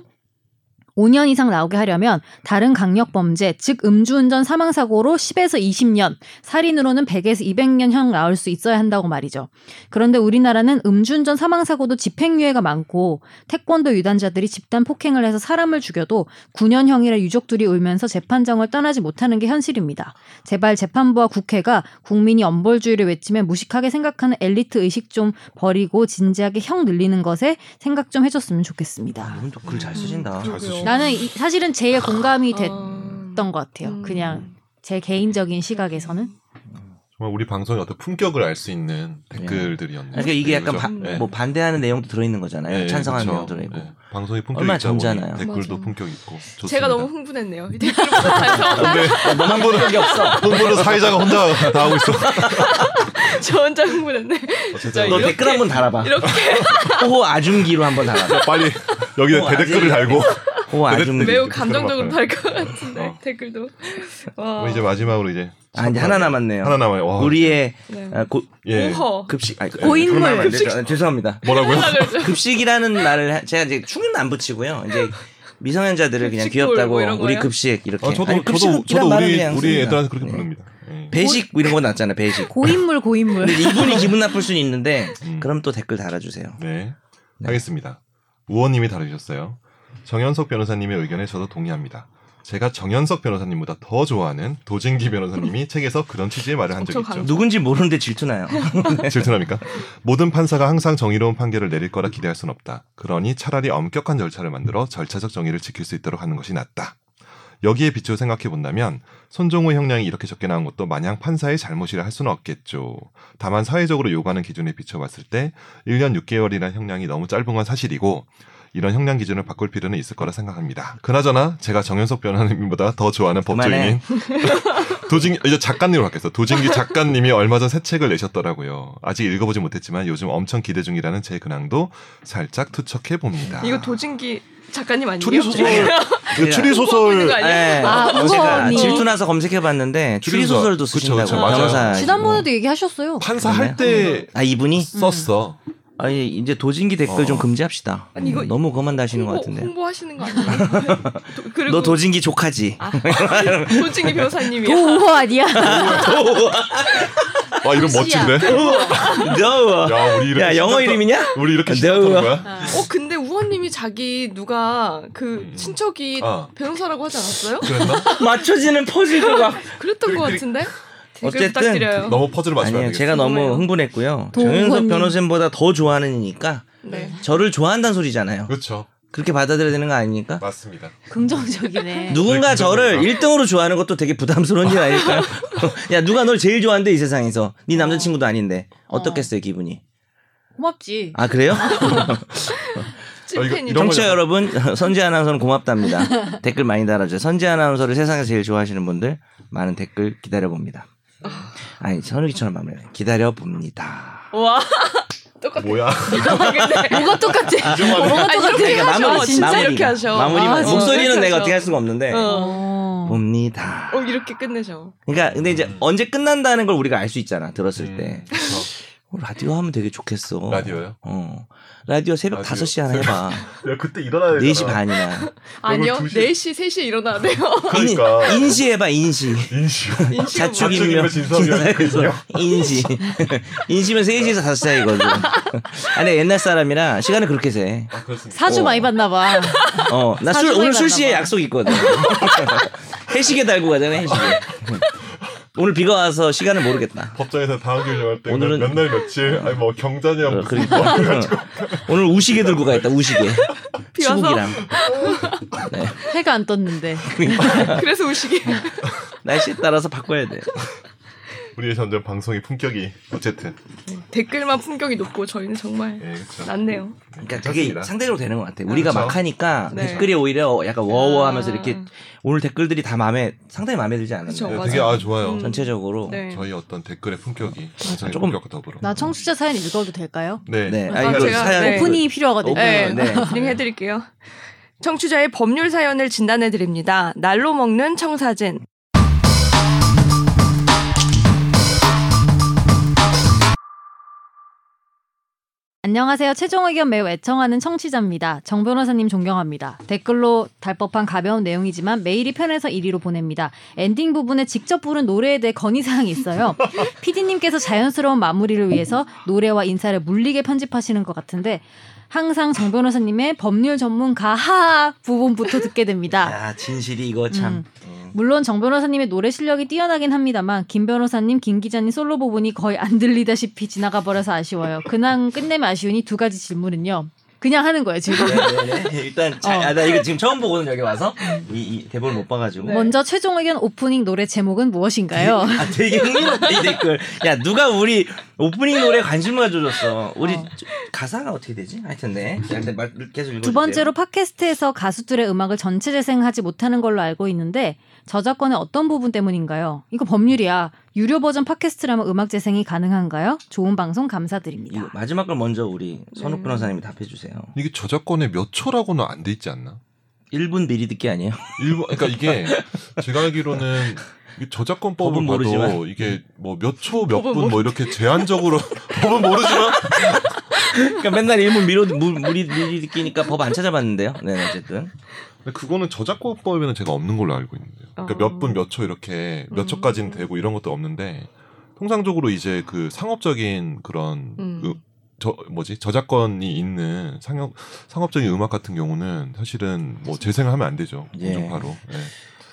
5년 이상 나오게 하려면 다른 강력 범죄, 즉 음주운전 사망 사고로 10에서 20년, 살인으로는 100에서 200년형 나올 수 있어야 한다고 말이죠. 그런데 우리나라는 음주운전 사망 사고도 집행유예가 많고 태권도 유단자들이 집단 폭행을 해서 사람을 죽여도 9년형이라 유족들이 울면서 재판장을 떠나지 못하는 게 현실입니다. 제발 재판부와 국회가 국민이 엄벌주의를 외치며 무식하게 생각하는 엘리트 의식 좀 버리고 진지하게 형 늘리는 것에 생각 좀 해줬으면 좋겠습니다. 아, 이분 또글 잘 쓰신다. 그러게요. 쓰시네. 음, 나는 이- 사실은 제일 공감이 됐던 어, 것 같아요. 음. 그냥 제 개인적인 시각에서는 정말 우리 방송의 어떤 품격을 알 수 있는 댓글들이었네요. 그러니까 네, 이게 약간 그죠? 반- 네. 뭐 반대하는 내용도 들어있는 거잖아요. 예, 찬성하는 그쵸. 내용도 들어있고. 예. 방송이 품격 얼마나 있다 보니 점잖아요. 댓글도 맞아. 품격 있고. 좋습니다. 제가 너무 흥분했네요. 이 댓글을 보고 반성하고 근데 [laughs] 너만 보는 게 없어. 흥분은 사회자가 혼자 다 [laughs] 하고 있어. [laughs] 저 혼자 흥분했네. 어쨌든 너 이렇게- 댓글 한번 달아봐. 이렇게 호호 아줌기로 한번 달아봐. 빨리 여기에 어, 대댓글을 아직- 달고 호호 네, 아줌기. 매우 댓글을 감정적으로 바꿔요. 달 것 같은데 어. 댓글도. 와. 그럼 이제 마지막으로 이제 아, 이제 하나 남았네요. 하나 남아요. 와, 우리의 네. 아, 고, 예. 오허. 급식 아니, 그- 고인물. 그런 말하면 안 되죠. 아, 죄송합니다. [laughs] 뭐라고요? 어, 급식이라는 말을 하- 제가 이제 충은 안 붙이고요. 이제 미성년자들을 그냥 급식물 귀엽다고 뭐 이런 우리 거예요? 급식 이렇게. 아, 저도 아니, 저도 급식이란 저도 말은 우리 그냥 우리 씁니다. 애들한테 그렇게 네. 부릅니다. 예. 배식 뭐 이런 거 났잖아요. 배식. 고인물 고인물. 근데 이분이 기분 나쁠 수는 있는데 음. 그럼 또 댓글 달아주세요. 네. 하겠습니다. 우원님이 다루셨어요. 정현석 변호사님의 의견에 저도 동의합니다. 제가 정현석 변호사님보다 더 좋아하는 도진기 변호사님이 책에서 그런 취지의 말을 한 적이 엄청 있죠. 누군지 모르는데 질투나요. [laughs] 질투납니까? 모든 판사가 항상 정의로운 판결을 내릴 거라 기대할 순 없다. 그러니 차라리 엄격한 절차를 만들어 절차적 정의를 지킬 수 있도록 하는 것이 낫다. 여기에 비추어 생각해 본다면 손종호 형량이 이렇게 적게 나온 것도 마냥 판사의 잘못이라 할 수는 없겠죠. 다만 사회적으로 요구하는 기준에 비춰 봤을 때 1년 6개월이라는 형량이 너무 짧은 건 사실이고 이런 형량 기준을 바꿀 필요는 있을 거라 생각합니다. 그나저나 제가 정현석 변호사님보다 더 좋아하는 법조인인 그만해. 도진 이제 작가님으로 바뀌었어. 도진기 작가님이 얼마 전 새 책을 내셨더라고요. 아직 읽어보지 못했지만 요즘 엄청 기대 중이라는 제 근황도 살짝 투척해 봅니다. 이거 도진기 작가님 아니에요? 추리 소설 [laughs] 이거 추리 공부하고 있는 거 소설 아니에요? 예. 아, 제가 우선이. 질투나서 검색해봤는데 추리 소설도 그쵸, 쓰신다고 그쵸, 맞아요. 변호사. [laughs] 지난번에도 얘기하셨어요. 판사 할 때 아 이분이 음. 썼어. 아니 예, 이제 도진기 댓글 좀 어. 금지합시다. 음, 아니, 이거 너무 그만 다시는 것 홍보, 같은데. 홍보하시는 거 아니에요? 도, 그리고 너 도진기 조카지. 아, 도진기 변호사님이야. 도우호 아니야. [laughs] 와 아, 음. 이름 멋진데. [laughs] 너우. 뭐? 야 우리 이렇게 야 영어 시작도- 이름이냐? 우리 이렇게 네, 시작하는 우와. 거야? 어 근데 우원님이 자기 누가 그 음. 친척이 아. 변호사라고 하지 않았어요? 그랬나? 맞춰지는 퍼즐도 막 그랬던 것 같은데 댓글 어쨌든 부탁드려요. 너무 퍼즐을 맞춰야 아니에요. 되겠어요. 제가 너무 궁금해요. 흥분했고요. 동훈 정윤석 의원님. 변호사님보다 더 좋아하는 이니까 네. 저를 좋아한다는 소리잖아요. 그렇죠. 그렇게 받아들여야 되는 거 아닙니까? 맞습니다. 긍정적이네. 누군가 네, 저를 그렇습니다. 1등으로 좋아하는 것도 되게 부담스러운 일 아닐까요? [laughs] 야 누가 널 제일 좋아한대 이 세상에서 네 남자친구도 아닌데 어떻겠어요 기분이? 고맙지. 아 그래요? 이거- 찐팬이 [laughs] 이런 청취자 걸- 여러분 선재 아나운서는 고맙답니다. 댓글 많이 달아주세요. 선재 아나운서를 세상에서 제일 좋아하시는 분들 많은 댓글 기다려봅니다. 아니 선우기처럼 말해 기다려봅니다. 와 [laughs] 똑같아. 뭐야? 근데 뭐가 똑같지? 아, 이렇게 그러니까 하셔. 마무리, 진짜 마무리. 이렇게 하셔. 마무리만 아, 해요. 진짜 목소리는 이렇게 내가 하셔. 어떻게 할 수가 없는데 어. 어. 봅니다. 어, 이렇게 끝내셔. 그러니까 근데 이제 음. 언제 끝난다는 걸 우리가 알 수 있잖아 들었을 음, 때 그렇죠. 어, 라디오 하면 되게 좋겠어. 라디오요? 어 라디오 새벽 라디오. 5시 하나 해봐. 야 그때 일어나야 4시 반이나. 아니요. 두 시- 4시, 3시에 일어나야 돼요. 그러니까. 인, 인시 해봐 인시. 인시. 인식을 자축이면 진성이었거든요. [laughs] 인시. 인시면 [laughs] 3시에서 5시이거든. 아니 옛날 사람이라 시간을 그렇게 세. 아, 그렇습니다. 사주 어. 많이 받나 [laughs] 봐. 어, 나 술 사주가 오늘 있나 술시에 봐. 약속 있거든. [laughs] 해시계 달고 가잖아, 해시계. 오늘 비가 와서 시간을 모르겠다. 법정에서 다음 주 정할 때 오늘은- 오늘은 몇날 며칠 아니 뭐 경자냐 어, 뭐 그러니까. 오늘 우시계 들고 가겠다, 우시계. 비 와서? 수국이랑. 해가 안 떴는데. 그래서 우시기. 날씨에 따라서 바꿔야 돼. 우리의 점점 방송의 품격이 어쨌든 댓글만 품격이 높고 저희는 정말 예 그렇죠. 낫네요. 그러니까 그게 괜찮습니다. 상대적으로 되는 것 같아. 우리가 그렇죠. 막 하니까 네. 댓글이 오히려 약간 워워하면서 이렇게 아. 오늘 댓글들이 다 마음에 상당히 마음에 들지 않았나요? 그쵸. 예, 맞아요. 되게 아 좋아요. 음. 전체적으로. 네. 저희 어떤 댓글의 품격이 방송의 아, 조금- 품격과 더불어. 나 청취자 사연 읽어도 될까요? 네. 네. 아, 이거 제가- 사연 네. 오프닝이 필요하거든요. 오프닝. 네, 네. [laughs] 오프닝 해드릴게요. 청취자의 법률 사연을 진단해 드립니다. 날로 먹는 청사진. 안녕하세요. 최종 의견 매우 애청하는 청취자입니다. 정 변호사님 존경합니다. 댓글로 달법한 가벼운 내용이지만 메일이 편해서 1위로 보냅니다. 엔딩 부분에 직접 부른 노래에 대해 건의사항이 있어요. PD님께서 자연스러운 마무리를 위해서 노래와 인사를 물리게 편집하시는 것 같은데 항상 정 변호사님의 법률 전문가 하 부분부터 듣게 됩니다. 야, 진실이 이거 참. 음. 물론 정 변호사님의 노래 실력이 뛰어나긴 합니다만 김 변호사님, 김 기자님 솔로 부분이 거의 안 들리다시피 지나가 버려서 아쉬워요. 근황 끝내면 아쉬우니 두 가지 질문은요. 그냥 하는 거예요 지금. 네네네. 일단 잘, 어. 아, 나 이거 지금 처음 보고는 여기 와서 이, 이 대본을 못 봐가지고. 먼저 최종 의견 오프닝 노래 제목은 무엇인가요? 아, 되게 흥미롭다 이 댓글. 야 누가 우리 오프닝 노래 관심을 가져줬어. 우리 어. 저- 가사가 어떻게 되지? 하여튼 네. 하여튼 말 계속 읽어. 두 번째로 팟캐스트에서 가수들의 음악을 전체 재생하지 못하는 걸로 알고 있는데 저작권의 어떤 부분 때문인가요? 이거 법률이야. 유료 버전 팟캐스트라면 음악 재생이 가능한가요? 좋은 방송 감사드립니다. 이거 마지막 걸 먼저 우리 선욱 네. 변호사님이 답해주세요. 이게 저작권에 몇 초라고는 안 돼 있지 않나? 1분 미리 듣기 아니에요? [laughs] 일본 그러니까 이게 제가 알기로는 이 저작권법을 법은 봐도 모르지만. 이게 뭐 몇 초 몇 분 뭐 이렇게 제한적으로 [laughs] 법은 모르지만 그러니까 맨날 1분 미로, 무, 무리, 미리 듣기니까 법 안 찾아봤는데요. 네 어쨌든. 근데 그거는 저작권법에는 제가 없는 걸로 알고 있는데요. 그러니까 어. 몇 분 몇 초 이렇게 몇 음. 초까지는 되고 이런 것도 없는데 통상적으로 이제 그 상업적인 그런 음. 그 저 뭐지 저작권이 있는 상업 상업적인 음악 같은 경우는 사실은 뭐 재생하면 안 되죠 예. 공중파로. 예.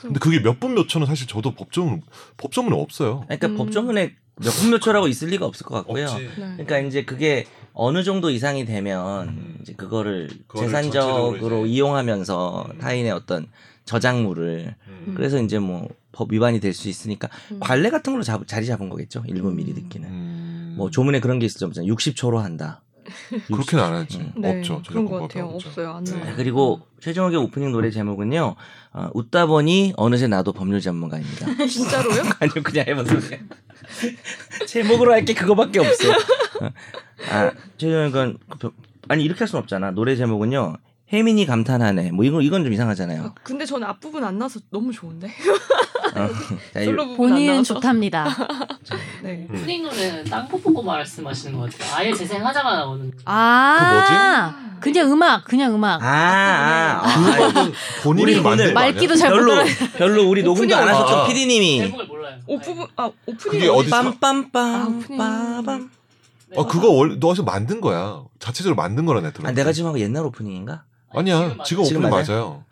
근데 그게 몇 분 몇 초는 사실 저도 법조문 법조문에 없어요. 그러니까 음. 법조문에 몇 분 몇 초라고 있을 리가 없을 것 같고요. 없지. 네. 그러니까 이제 그게 어느 정도 이상이 되면 음. 이제 그거를 그거를 재산적으로 전체적으로 이제- 이용하면서 음. 타인의 어떤 저작물을 음. 그래서 이제 뭐 법 위반이 될 수 있으니까 음. 관례 같은 걸로 잡- 자리 잡은 거겠죠. 1분 미리 음. 듣기는. 음. 뭐 조문에 그런 게 있었죠. 60초로 한다. 그렇게는 안 하지. 음. 네, 없죠. 그런 것 저작권법에 같아요. 없죠. 없어요. 안 네. 나와요. 그리고 최종욱의 오프닝 노래 제목은요. 어, 웃다 보니 어느새 나도 법률 전문가입니다. 진짜로요? [laughs] 아니요 그냥 해본 소리야 [laughs] 제목으로 할 게 그거밖에 없어 아 최종현 건 아니 이렇게 할 순 없잖아 노래 제목은요 혜민이 감탄하네 뭐 이건 이건 좀 이상하잖아요 아, 근데 전 앞부분 안 나서 너무 좋은데. 어, [laughs] 자, 아, 네. 이- 음. 솔로 부분 안 본인은 나와서. 좋답니다. 네. 음. 푸딩 노래는 땅콩 볶고 말씀하시는 것 같아요. 아예 재생하자마자 나오는. 음. 아, 그냥 음악, 그냥 음악. 아, 아, 아, 아, 본인이 우리 만든 거 아니야? 말기도 잘 별로 못알아. 별로 우리 녹음도 안 오프닝 하셨던 아. PD님이 제목을 몰라요. 네. 오프분 아 오프닝 그게 어디- 아, 빰빰빰 오프닝. 빠밤 네. 아 그거 원 너가 지금 만든 거야. 자체적으로 만든 거라 내가 들어. 아 내가 지금 한 거 옛날 오프닝인가 아니야. 맞아요. 지금, 지금 오픈 맞아요? 맞아요.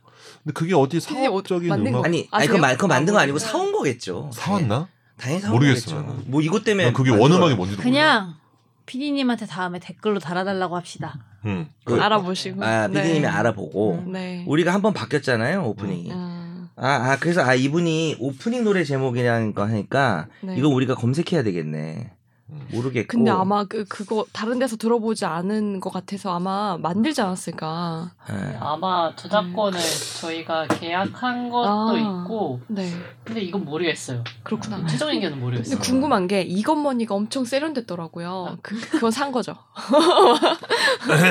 근데 그게 어디 피디님 어디 사업적인 만든 음악 거 아니 아, 아니 그거 제가- 말- 그거 만든 거 아니고 아, 사온 거겠죠 네, 사왔나? 당연히 모르겠어, 사과하겠죠. 나는. 뭐 이것 때문에 난 그게 안 원음악이 들어요. 뭔지도 몰라. 그냥 피디님한테 다음에 댓글로 달아달라고 합시다. 응. 그- 알아보시고. 아 비디님이 알아보고 음. 네. 우리가 한 번 바뀌었잖아요 오프닝이. 음, 아, 아, 그래서 아 이분이 오프닝 노래 제목이라는 거 하니까 네. 이거 우리가 검색해야 되겠네. 음. 모르겠고. 근데 아마 그 그거 다른 데서 들어보지 않은 것 같아서 아마 만들지 않았을까. 예. 아마 저작권을 저희가 계약한 것도 음. 아. 있고 네. 근데 이건 모르겠어요. 아, 그렇구나. 최종 의견은 모르겠어요. 근데 궁금한 게 이것머니가 엄청 아. 세련됐더라고요. 그, 그건 산 [laughs] 거죠. [laughs]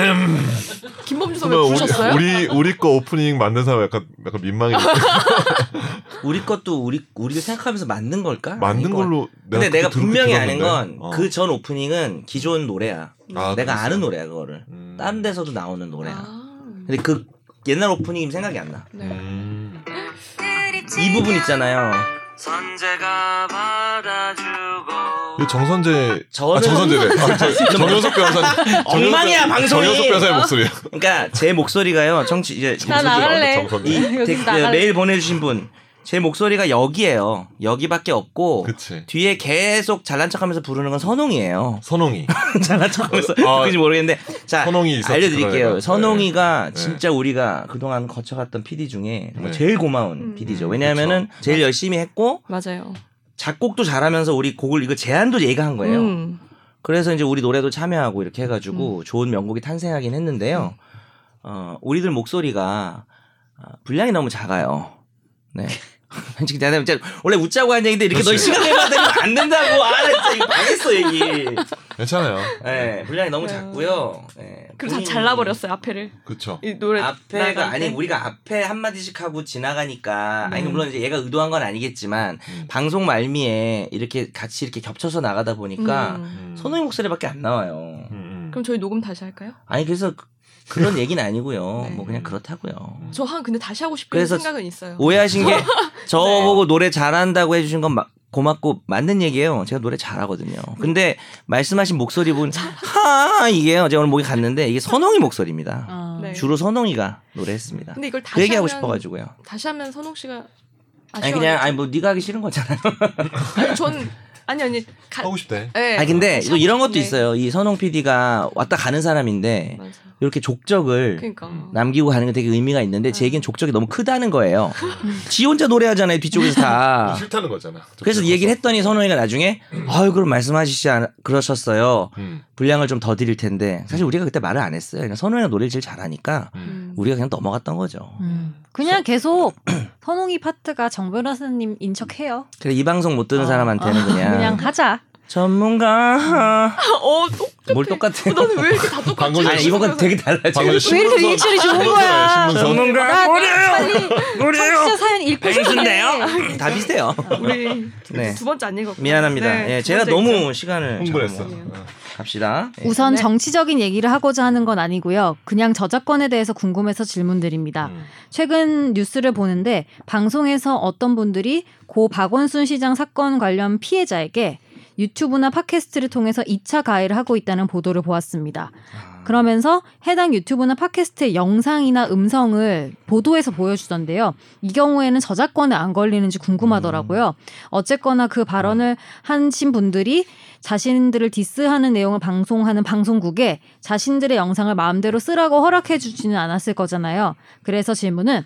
김범주 선배 그러면 부르셨어요? 우리 우리 우리 거 오프닝 만든 사람 약간 약간 민망해. [laughs] 우리 것도 우리 우리가 생각하면서 만든 걸까? 아닌 만든 것 같- 걸로. 근데 내가 그렇게 분명히 아는 들었는데. 건 어. 그 전 오프닝은 기존 노래야. 아, 내가 그랬어요? 아는 노래야 그거를. 음. 다른 데서도 나오는 노래야. 아, 근데 그 옛날 오프닝이 생각이 안 나. 네. 음. 이 부분 있잖아요. 선재가 받아주고 이 정선재 저는 아, [laughs] 정선재래. 아, 저- 정현석 변호사님. 아, 엉망이야, 방송이. 정현석 변호사의 목소리야. 그러니까 제 목소리가요. 정치 이제 나 나갈래. 이 정선재. 여기서 댓- 나갈래. 메일 보내주신 분 제 목소리가 여기예요. 여기밖에 없고 그치. 뒤에 계속 잘난 척하면서 부르는 [laughs] 건 선홍이에요. 선홍이. 잘난 척하면서 아, 그지 모르겠는데 자 어, 선홍이 있었지, 알려드릴게요. 그거는. 선홍이가 네. 진짜 우리가 그동안 거쳐갔던 PD 중에 정말 네. 제일 고마운 음. PD죠. 왜냐하면은 제일 열심히 했고 맞아요. 작곡도 잘하면서 우리 곡을 이거 제안도 얘가 한 거예요. 음. 그래서 이제 우리 노래도 참여하고 이렇게 해가지고 좋은 명곡이 탄생하긴 음. 했는데요. 어, 우리들 목소리가 어, 분량이 너무 작아요. [laughs] 네. 솔직히 내가 진짜 원래 웃자고 한 얘기인데 이렇게 너희 시간 내면 안 된다고 아, 나 진짜 이거 망했어 얘기. 괜찮아요. 네, 분량이 너무 작고요. 네, 그리고 다 본인이 잘라버렸어요 앞에를 그쵸. 이 노래 앞에가 나갈 아니 때. 우리가 앞에 한 마디씩 하고 지나가니까 아니 네. 물론 이제 얘가 의도한 건 아니겠지만 음. 방송 말미에 이렇게 같이 이렇게 겹쳐서 나가다 보니까 음. 음. 선우의 목소리밖에 안 나와요. 음, 음. 그럼 저희 녹음 다시 할까요? 아니 그래서 그- 그런 얘기는 아니고요. [laughs] 네. 음. 뭐 그냥 그렇다고요. 저 한 근데 다시 하고 싶은 그래서 생각은 있어요. 오해하신 [laughs] 네. 게 저보고 노래 잘한다고 해주신 건 마- 고맙고 맞는 얘기예요. 제가 노래 잘하거든요. 근데 말씀하신 목소리 보면 하 이게요. 제가 오늘 목이 갔는데 이게 선홍이 목소리입니다. 어. 네. 주로 선홍이가 노래했습니다. 근데 이걸 다시 그 얘기하고 하면- 싶어가지고요. 다시 하면 선홍 씨가 아니 아쉬워. 그냥 아니 뭐 네가 하기 싫은 거잖아요. 아니 전 아니 아니 가, 하고 싶대. 예. 어, 아니 근데 다시 또 이런 하고 것도 싶은데. 있어요. 이 선홍 PD가 왔다 가는 사람인데 맞아. 이렇게 족적을 네. 그러니까. 음. 남기고 가는 게 되게 의미가 있는데 제겐 족적이 너무 크다는 [laughs] 거예요. 지 혼자 노래하잖아요 뒤쪽에서 다. 음. 싫다는 거잖아. 그래서 얘기를 했더니 선홍이가 나중에 아유 그럼 말씀하시지 않 그러셨어요. 음. 분량을 좀 더 드릴 텐데 사실 우리가 그때 말을 안 했어요. 그러니까 선홍이가 노래를 제일 잘하니까 음. 우리가 그냥 넘어갔던 거죠. 음. 그냥 계속 [clears throat] 선홍이 파트가 정 변호사님 인척해요. 그래 이 방송 못 듣는 어, 사람한테는 어, 그냥, 그냥 하자. [laughs] 전문가 [laughs] 어, 똑- 뭘 똑같아. 너는 왜 이렇게 다 똑같지? 방금 아니 이번 건 되게 달라져. 왜 이렇게 일출이 좋은 거야? 신문선. 전문가 뭐래요? 청취자 뭐래요? 아, 사연 읽고 뱅수인데요? 음, 다 비슷해요. [laughs] 우리 네. 두 번째 안 읽었고. 네, 미안합니다. 예, 제가 너무 시간을 흥분했어. 음. 잠깐만 갑시다. 예. 우선 네. 정치적인 얘기를 하고자 하는 건 아니고요. 그냥 저작권에 대해서 궁금해서 질문드립니다. 아, 음. 최근 뉴스를 보는데 방송에서 어떤 분들이 고 박원순 시장 사건 관련 피해자에게 유튜브나 팟캐스트를 통해서 2차 가해를 하고 있다는 보도를 보았습니다. 그러면서 해당 유튜브나 팟캐스트의 영상이나 음성을 보도해서 보여주던데요. 이 경우에는 저작권에 안 걸리는지 궁금하더라고요. 어쨌거나 그 발언을 하신 분들이 자신들을 디스하는 내용을 방송하는 방송국에 자신들의 영상을 마음대로 쓰라고 허락해주지는 않았을 거잖아요. 그래서 질문은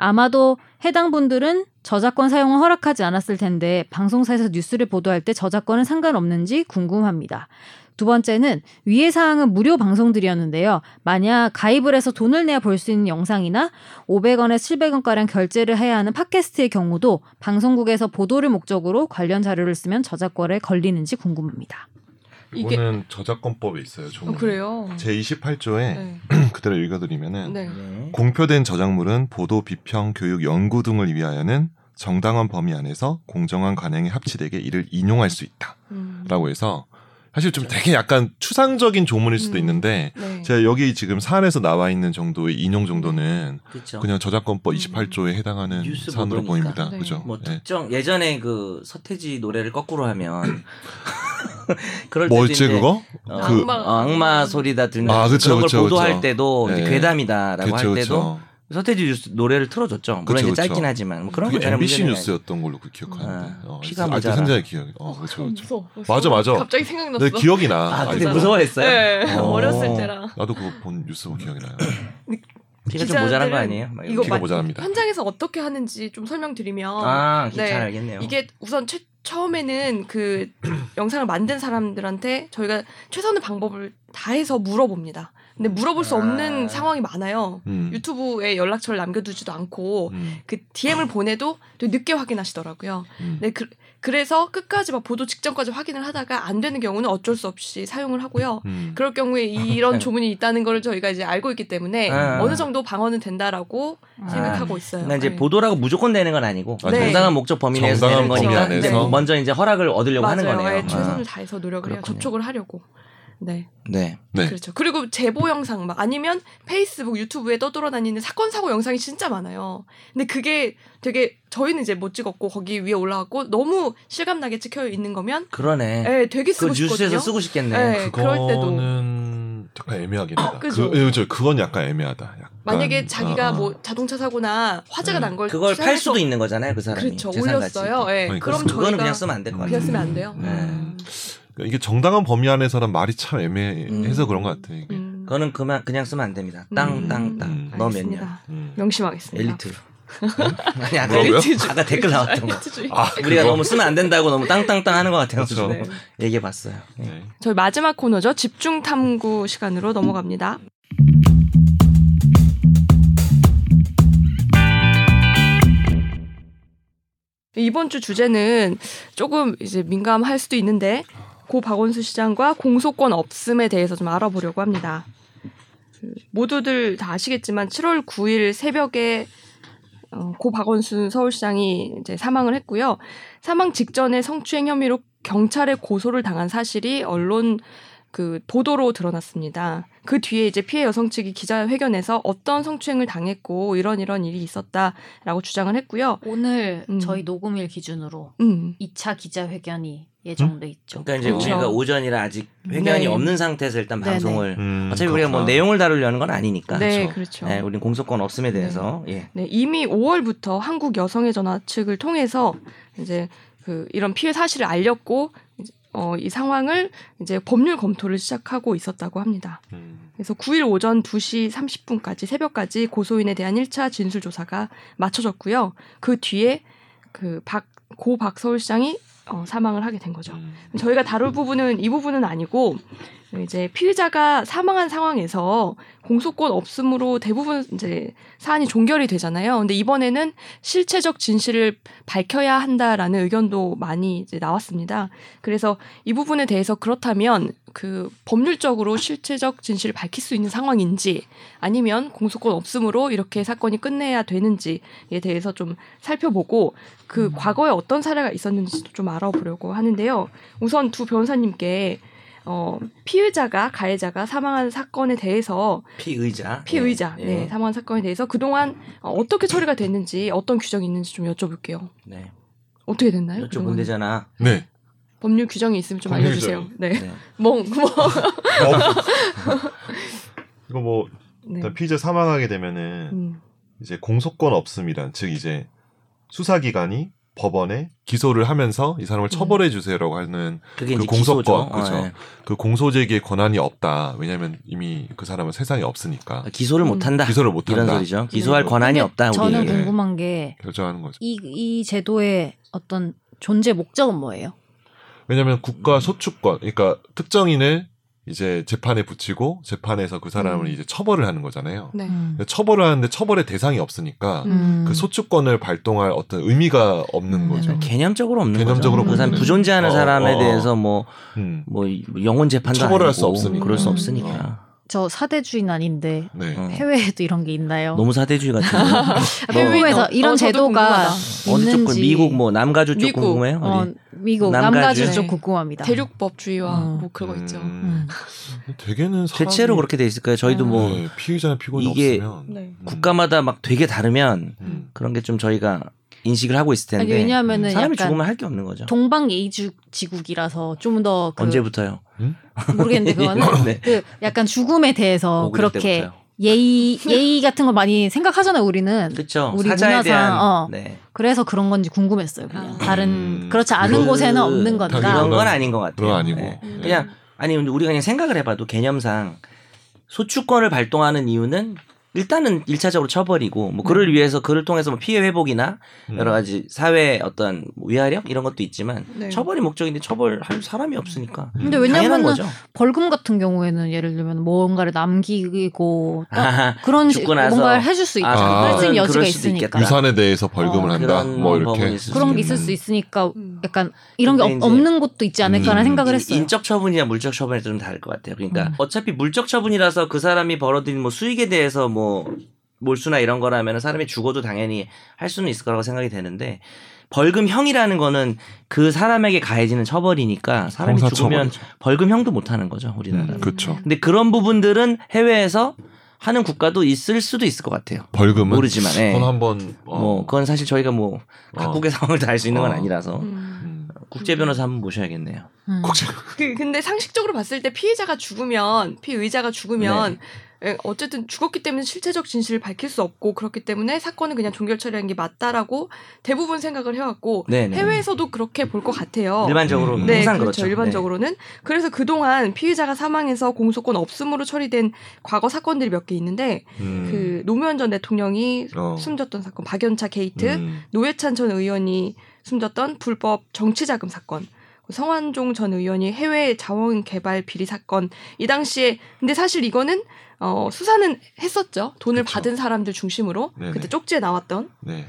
아마도 해당 분들은 저작권 사용을 허락하지 않았을 텐데 방송사에서 뉴스를 보도할 때 저작권은 상관없는지 궁금합니다. 두 번째는 위의 사항은 무료 방송들이었는데요. 만약 가입을 해서 돈을 내야 볼 수 있는 영상이나 500원에서 700원가량 결제를 해야 하는 팟캐스트의 경우도 방송국에서 보도를 목적으로 관련 자료를 쓰면 저작권에 걸리는지 궁금합니다. 이게- 이거는 저작권법에 있어요. 어, 종이. 그래요. 제 28조에 네. [clears throat] 그대로 읽어드리면은 네. 네. 공표된 저작물은 보도, 비평, 교육, 연구 등을 위하여는 정당한 범위 안에서 공정한 관행에 합치되게 이를 인용할 수 있다라고 음. 해서 사실 좀 되게 약간 추상적인 조문일 수도 음. 있는데 네. 제가 여기 지금 사안에서 나와 있는 정도의 인용 정도는 그렇죠. 그냥 저작권법 음. 28조에 해당하는 뉴스 사안으로 보도니까. 보입니다. 네. 그죠? 뭐 예. 특정 예전에 그 서태지 노래를 [laughs] 거꾸로 하면 그럴 때도 뭐였지 이제 그거? 어, 그 악마 소리다 들면 아, 그쵸, 그런 걸 그쵸, 보도할 그쵸. 때도 이제 예. 괴담이다라고 할 때도 그쵸. 서태지 뉴스 노래를 틀어줬죠. 물론 그쵸, 이제 그쵸. 짧긴 하지만 뭐 그런 그게 거 전혀 MBC 문제는 뉴스였던 걸로 그 기억하는데. 아, 어, 피가 아직도 모자라. 생자의 기억이. 어, 그렇죠. 그렇죠. 무서워. 맞아, 맞아. 갑자기 생각났어. 내 기억이 나. 아니에요. 아 근데 아직도. 무서워했어요. 네, 어. [laughs] 어렸을 때라. 나도 그거 본 뉴스 본 기억이 나요. 피가 좀 모자란 거 기자들은 아니에요? 막 이거 이렇게. 피가 맞- 모자랍니다. 현장에서 어떻게 하는지 좀 설명드리면 아 네. 괜찮아 알겠네요. 이게 우선 최- 처음에는 그 영상을 만든 사람들한테 저희가 최선의 방법을 다해서 물어봅니다. 근데 물어볼 수 없는 아. 상황이 많아요. 음. 유튜브에 연락처를 남겨두지도 않고 음, 그 DM을 보내도 되게 늦게 확인하시더라고요. 음. 네, 그, 그래서 끝까지 막 보도 직전까지 확인을 하다가 안 되는 경우는 어쩔 수 없이 사용을 하고요. 음. 그럴 경우에 이런 조문이 있다는 걸 저희가 이제 알고 있기 때문에 네. 아. 어느 정도 방어는 된다라고 아. 생각하고 있어요. 그러니까 이제 네. 보도라고 무조건 되는 건 아니고 아, 네. 정당한 목적 범위 내에서 정당한 되는 거니까 범위 근데 안에서. 먼저 이제 허락을 얻으려고 맞아요. 하는 거네요. 예, 최선을 아. 다해서 노력을 해요. 그렇군요. 접촉을 하려고. 네. 네. 네. 그렇죠. 그리고 제보 영상 막 아니면 페이스북, 유튜브에 떠돌아다니는 사건 사고 영상이 진짜 많아요. 근데 그게 되게 저희는 이제 못 찍었고 거기 위에 올라왔고 너무 실감나게 찍혀 있는 거면 그러네. 예, 되게 그 쓰고 싶거든요. 뉴스에서 쓰고 싶겠네. 네. 그럴 때도. 아, 그거는 약간 애매하긴 하다. 그죠. 그, 예, 저- 그건 약간 애매하다. 약간, 만약에 자기가 아, 아. 뭐 자동차 사고나 화재가 네. 난 걸 어, 음, 그걸 팔 수도 취재해서- 있는 거잖아요, 그 사람이. 그렇죠. 재산같이. 올렸어요. 예. 그러니까 그럼 그거는 저희가 그냥 쓰면 안 될 것 같아요. 그냥 쓰면 안 돼요. 네. 음. 음. 그러니까 이게 정당한 범위 안에서란 말이 참 애매해서 음. 그런 것 같아. 이게. 음. 그거는 그만 그냥 쓰면 안 됩니다. 음. 땅, 땅, 땅. 음. 너 몇 년? 알겠습니다. 음. 명심하겠습니다. [laughs] 엘리트. 아니 아까 뭐라고요? 아까 댓글 나왔던 거. 엘리트주의. 아, 우리가 그거? 너무 쓰면 안 된다고 너무 땅땅땅 하는 것 같아요. 그렇죠. 네. 얘기해 봤어요. 네. 저희 마지막 코너죠. 집중 탐구 시간으로 넘어갑니다. 이번 주 주제는 조금 이제 민감할 수도 있는데 고 박원수 시장과 공소권 없음에 대해서 좀 알아보려고 합니다. 그 모두들 다 아시겠지만 7월 9일 새벽에 어, 고 박원순 서울시장이 이제 사망을 했고요. 사망 직전에 성추행 혐의로 경찰에 고소를 당한 사실이 언론 그 보도로 드러났습니다. 그 뒤에 이제 피해 여성 측이 기자회견에서 어떤 성추행을 당했고 이런 이런 일이 있었다라고 주장을 했고요. 오늘 음. 저희 녹음일 기준으로 음. 2차 기자회견이 예정돼 있죠. 음? 그러니까 이제 그렇죠. 우리가 오전이라 아직 회견이 네. 없는 상태에서 일단 네네. 방송을 음, 어차피 우리가 뭐 그렇구나. 내용을 다루려는 건 아니니까. 네, 그렇죠. 그렇죠. 네, 우린 공소권 없음에 대해서 예. 네, 이미 5월부터 한국 여성의 전화 측을 통해서 이제 그 이런 피해 사실을 알렸고 이제 어, 이 상황을 이제 법률 검토를 시작하고 있었다고 합니다. 음. 그래서 9일 오전 2시 30분까지 새벽까지 고소인에 대한 1차 진술 조사가 마쳐졌고요. 그 뒤에 그박고 박서울시장이 어, 사망을 하게 된 거죠. 음. 저희가 다룰 부분은 이 부분은 아니고 이제 피의자가 사망한 상황에서 공소권 없음으로 대부분 이제 사안이 종결이 되잖아요. 근데 이번에는 실체적 진실을 밝혀야 한다라는 의견도 많이 이제 나왔습니다. 그래서 이 부분에 대해서 그렇다면 그 법률적으로 실체적 진실을 밝힐 수 있는 상황인지 아니면 공소권 없음으로 이렇게 사건이 끝내야 되는지에 대해서 좀 살펴보고 그 과거에 어떤 사례가 있었는지도 좀 알아보려고 하는데요. 우선 두 변호사님께 어, 피의자가 가해자가 사망한 사건에 대해서 피의자. 피의자 예. 네, 예. 사망한 사건에 대해서 그동안 어, 어떻게 처리가 됐는지 어떤 규정이 있는지 좀 여쭤볼게요. 네. 어떻게 됐나요? 여쭤본 그동안? 되잖아. 네. 법률 규정이 있으면 좀 법률 알려주세요. 네. 네. 멍, 멍. 어. 이거 뭐 네. 일단 피의자 사망하게 되면은 음, 이제 공소권 없음이란 즉 이제 수사기관이 법원에 기소를 하면서 이 사람을 처벌해 주세요라고 하는 그게 그 이제 공소권, 기소죠. 그렇죠. 어, 예. 그 공소 제기의 권한이 없다. 왜냐하면 이미 그 사람은 세상에 없으니까 기소를 음. 못 한다. 기소를 못 아, 이런 한다. 소리죠. 기소할 권한이 근데 없다. 우리. 저는 음. 네. 궁금한 게 이 이 결정하는 거죠. 제도의 어떤 존재 목적은 뭐예요? 왜냐하면 음. 국가 소추권, 그러니까 특정인을 이제 재판에 붙이고 재판에서 그 사람을 음. 이제 처벌을 하는 거잖아요. 네. 음. 근데 처벌을 하는데 처벌의 대상이 없으니까 음. 그 소추권을 발동할 어떤 의미가 없는 음. 거죠. 그러니까 개념적으로 없는 개념적으로 거죠. 그 없는 사람 거죠. 부존재하는 어, 사람에 어. 대해서 뭐 음. 뭐 영혼 재판도 처벌할 아니고 수 없으니까. 그럴 수 음. 없으니까 저 사대주인 아닌데 네. 어. 해외에도 이런 게 있나요? 너무 사대주의 같은 아, 한국에서 어, 이런 어, 저도 제도가 궁금하다. 어디 쪽 있는지 미국 뭐 남가주 쪽 미국, 궁금해요? 어디? 어, 미국 남가주? 남가주 쪽 네. 궁금합니다. 대륙법주의와 음. 뭐 그런 거 있죠. 음. 음. 되게는 사람이- 대체로 그렇게 돼 있을까요? 저희도 음. 뭐 네, 피의자나 피고인이 이게 없으면 네. 음. 국가마다 막 되게 다르면 음. 그런 게 좀 저희가 인식을 하고 있을 텐데 아니, 왜냐하면은 네, 사람이 약간 죽으면 할 게 없는 거죠. 동방 예주 지국이라서 좀 더 그 언제부터요? 모르겠는데 그거는 [laughs] 네. 뭐 그 약간 죽음에 대해서 고구려 어, 그렇게 때부터요. 예의 예의 같은 거 많이 생각하잖아요. 우리는 그렇죠. 우리 사자에 문화상, 대한 어. 네. 그래서 그런 건지 궁금했어요. 그냥 아. 다른 음. 그렇지 않은 그- 곳에는 없는 건가. 그러니까. 그런 건 아닌 것 같아요. 그건 아니고. 네. 음. 네. 그냥 아니 근데 우리가 그냥 생각을 해봐도 개념상 소추권을 발동하는 이유는 일단은 일차적으로 쳐버리고 뭐 그를 위해서 그를 통해서 뭐 피해 회복이나 음. 여러 가지 사회 어떤 위화력 이런 것도 있지만 네. 처벌이 목적인데 처벌할 사람이 없으니까 근데 당연한 왜냐면은 거죠. 벌금 같은 경우에는 예를 들면 뭔가를 남기고 딱 아, 그런 식 죽고 나서. 뭔가를 해줄 수 있죠. 아, 그럴 수 있는 그럴 여지가 수도 있으니까. 있겠다. 유산에 대해서 벌금을 어, 한다. 그런 뭐 법은 이렇게 있을 그런 있겠네. 게 있을 수 있으니까 음. 약간 이런 게 근데 없- 이제 없는 곳도 있지 않을까라는 음. 생각을 인- 했어요. 인적 처분이나 물적 처분이 좀 다를 것 같아요. 그러니까 음. 어차피 물적 처분이라서 그 사람이 벌어들인 뭐 수익에 대해서 뭐 몰수나 이런 거라면 사람이 죽어도 당연히 할 수는 있을 거라고 생각이 되는데 벌금형이라는 거는 그 사람에게 가해지는 처벌이니까 사람이 죽으면 형사처벌이죠. 벌금형도 못 하는 거죠 우리나라. 음, 그렇죠. 근데 그런 부분들은 해외에서 하는 국가도 있을 수도 있을 것 같아요. 벌금은 모르지만, 예. 그건 한번 어, 뭐 그건 사실 저희가 뭐 어. 각국의 상황을 다 알 수 있는 건 어. 아니라서 음. 음. 국제 변호사 한번 모셔야겠네요. 음. 그 근데 상식적으로 봤을 때 피해자가 죽으면 피의자가 죽으면 네. 예, 어쨌든 죽었기 때문에 실체적 진실을 밝힐 수 없고 그렇기 때문에 사건은 그냥 종결 처리하는 게 맞다라고 대부분 생각을 해왔고 네, 네. 해외에서도 그렇게 볼 것 같아요. 일반적으로 음. 네, 항상 그렇죠. 그렇죠. 일반적으로는 그래서 그동안 피의자가 사망해서 공소권 없음으로 처리된 과거 사건들이 몇 개 있는데 음. 그 노무현 전 대통령이 어. 숨졌던 사건, 박연차 게이트, 음. 노회찬 전 의원이 숨졌던 불법 정치자금 사건, 성환종 전 의원이 해외 자원 개발 비리 사건 이 당시에 근데 사실 이거는 어, 수사는 했었죠 돈을 그쵸. 받은 사람들 중심으로 네네. 그때 쪽지에 나왔던 네.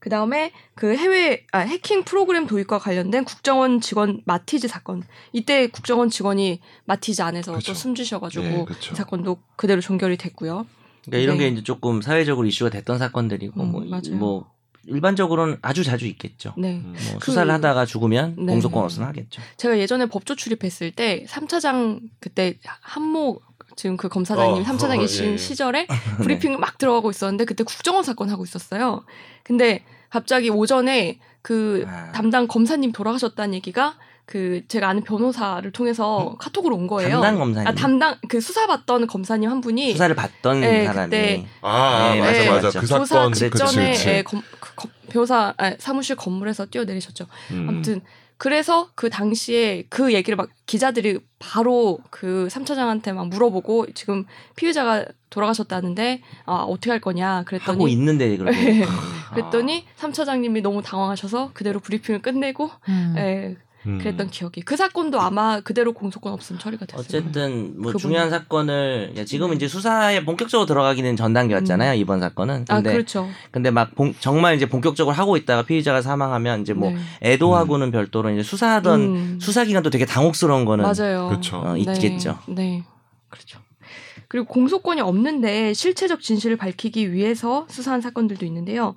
그 다음에 그 해외 아, 해킹 프로그램 도입과 관련된 국정원 직원 마티즈 사건 이때 국정원 직원이 마티즈 안에서 그쵸. 또 숨지셔가지고 예, 그 그렇죠. 사건도 그대로 종결이 됐고요 그러니까 이런 네. 게 이제 조금 사회적으로 이슈가 됐던 사건들이고 음, 뭐, 이- 맞아요. 뭐 일반적으로는 아주 자주 있겠죠. 네 음. 뭐 그- 수사를 하다가 죽으면 네. 공소권 없으면 하겠죠. 제가 예전에 법조 출입했을 때 3차장 그때 한모 지금 그 검사장님 어, 3차장 어, 계신 예, 예. [laughs] 시절에 네. 브리핑 막 들어가고 있었는데 그때 국정원 사건 하고 있었어요. 근데 갑자기 오전에 그 아. 담당 검사님 돌아가셨다는 얘기가 그 제가 아는 변호사를 통해서 카톡으로 온 거예요. 어? 담당 검사님 아, 담당 그 수사받던 검사님 한 분이 수사를 받던 네, 사람이 그때 아, 아, 네, 맞아 네. 맞아 맞죠. 그 조사 사건 그치, 직전에 그치. 예, 검- 그 검- 변호사 아, 사무실 건물에서 뛰어내리셨죠. 음. 아무튼 그래서 그 당시에 그 얘기를 막 기자들이 바로 그 삼차장한테 막 물어보고 지금 피의자가 돌아가셨다는데 아 어떻게 할 거냐 하고 그랬더니 있는데 예. 그러고 음, [laughs] 그랬더니 삼차장님이 너무 당황하셔서 그대로 브리핑을 끝내고 음. 네. 예 음. 그랬던 기억이 그 사건도 아마 그대로 공소권 없음 처리가 됐어요. 어쨌든 뭐 그분- 중요한 사건을 지금 네. 이제 수사에 본격적으로 들어가기는 전 단계였잖아요 이번 사건은. 아 근데 그렇죠. 근데 막 본- 정말 이제 본격적으로 하고 있다가 피의자가 사망하면 이제 뭐 네. 애도하고는 별도로 이제 수사하던 음. 수사기관도 되게 당혹스러운 거는 맞아요. 그렇죠. 어, 있겠죠. 네. 네. 그렇죠. 그리고 공소권이 없는데 실체적 진실을 밝히기 위해서 수사한 사건들도 있는데요.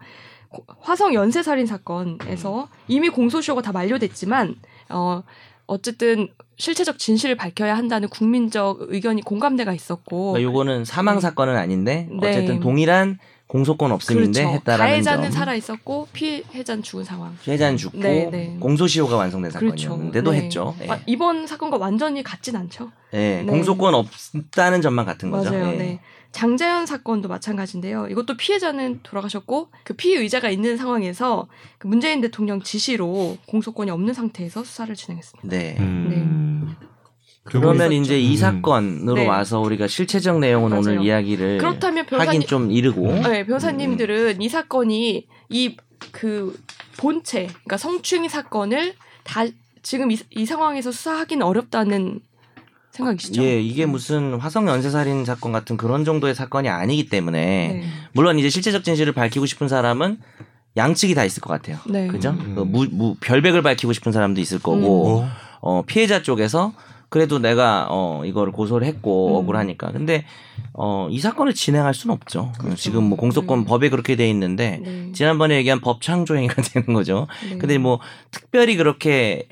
고- 화성 연쇄 살인 음. 사건에서 이미 공소시효가 다 만료됐지만 어 어쨌든 실체적 진실을 밝혀야 한다는 국민적 의견이 공감대가 있었고 그러니까 요거는 사망 음. 사건은 아닌데 어쨌든 네. 동일한 공소권 없음인데 그렇죠. 했다라는 가해자는 점. 살아 있었고 피해자는 죽은 상황. 피해자는 죽고 네, 네. 공소시효가 완성된 그렇죠. 사건이었는데도 네. 했죠. 예. 아, 이번 사건과 완전히 같진 않죠. 예, 네. 공소권 없다는 점만 같은 거죠. 맞아요. 예. 네. 장자연 사건도 마찬가지인데요. 이것도 음. 피해자는 돌아가셨고 그 피의자가 있는 상황에서 그 문재인 대통령 지시로 공소권이 없는 상태에서 수사를 진행했습니다. 네. 음. 그러면 있었죠. 이제 이 음. 사건으로 네. 와서 우리가 실체적 내용은 맞아요. 오늘 이야기를 그렇다면 변호사님, 네. 하긴 좀 음. 이르고 네, 변호사님들은 이 사건이 이 그 본체, 그러니까 성추행 사건을 다 지금 이, 이 상황에서 수사하기는 어렵다는 생각이시죠? 예, 이게 무슨 화성 연쇄살인 사건 같은 그런 정도의 사건이 아니기 때문에 네. 물론 이제 실체적 진실을 밝히고 싶은 사람은 양측이 다 있을 것 같아요. 네. 그죠? 음. 그 무, 무, 별백을 밝히고 싶은 사람도 있을 음. 뭐? 거고, 어? 어, 피해자 쪽에서 그래도 내가, 어, 이거를 고소를 했고, 음. 억울하니까. 근데, 어, 이 사건을 진행할 수는 없죠. 그렇죠. 지금 뭐 공소권 네. 법에 그렇게 돼 있는데, 네. 지난번에 얘기한 법창조행위가 [laughs] 되는 거죠. 네. 근데 뭐, 특별히 그렇게,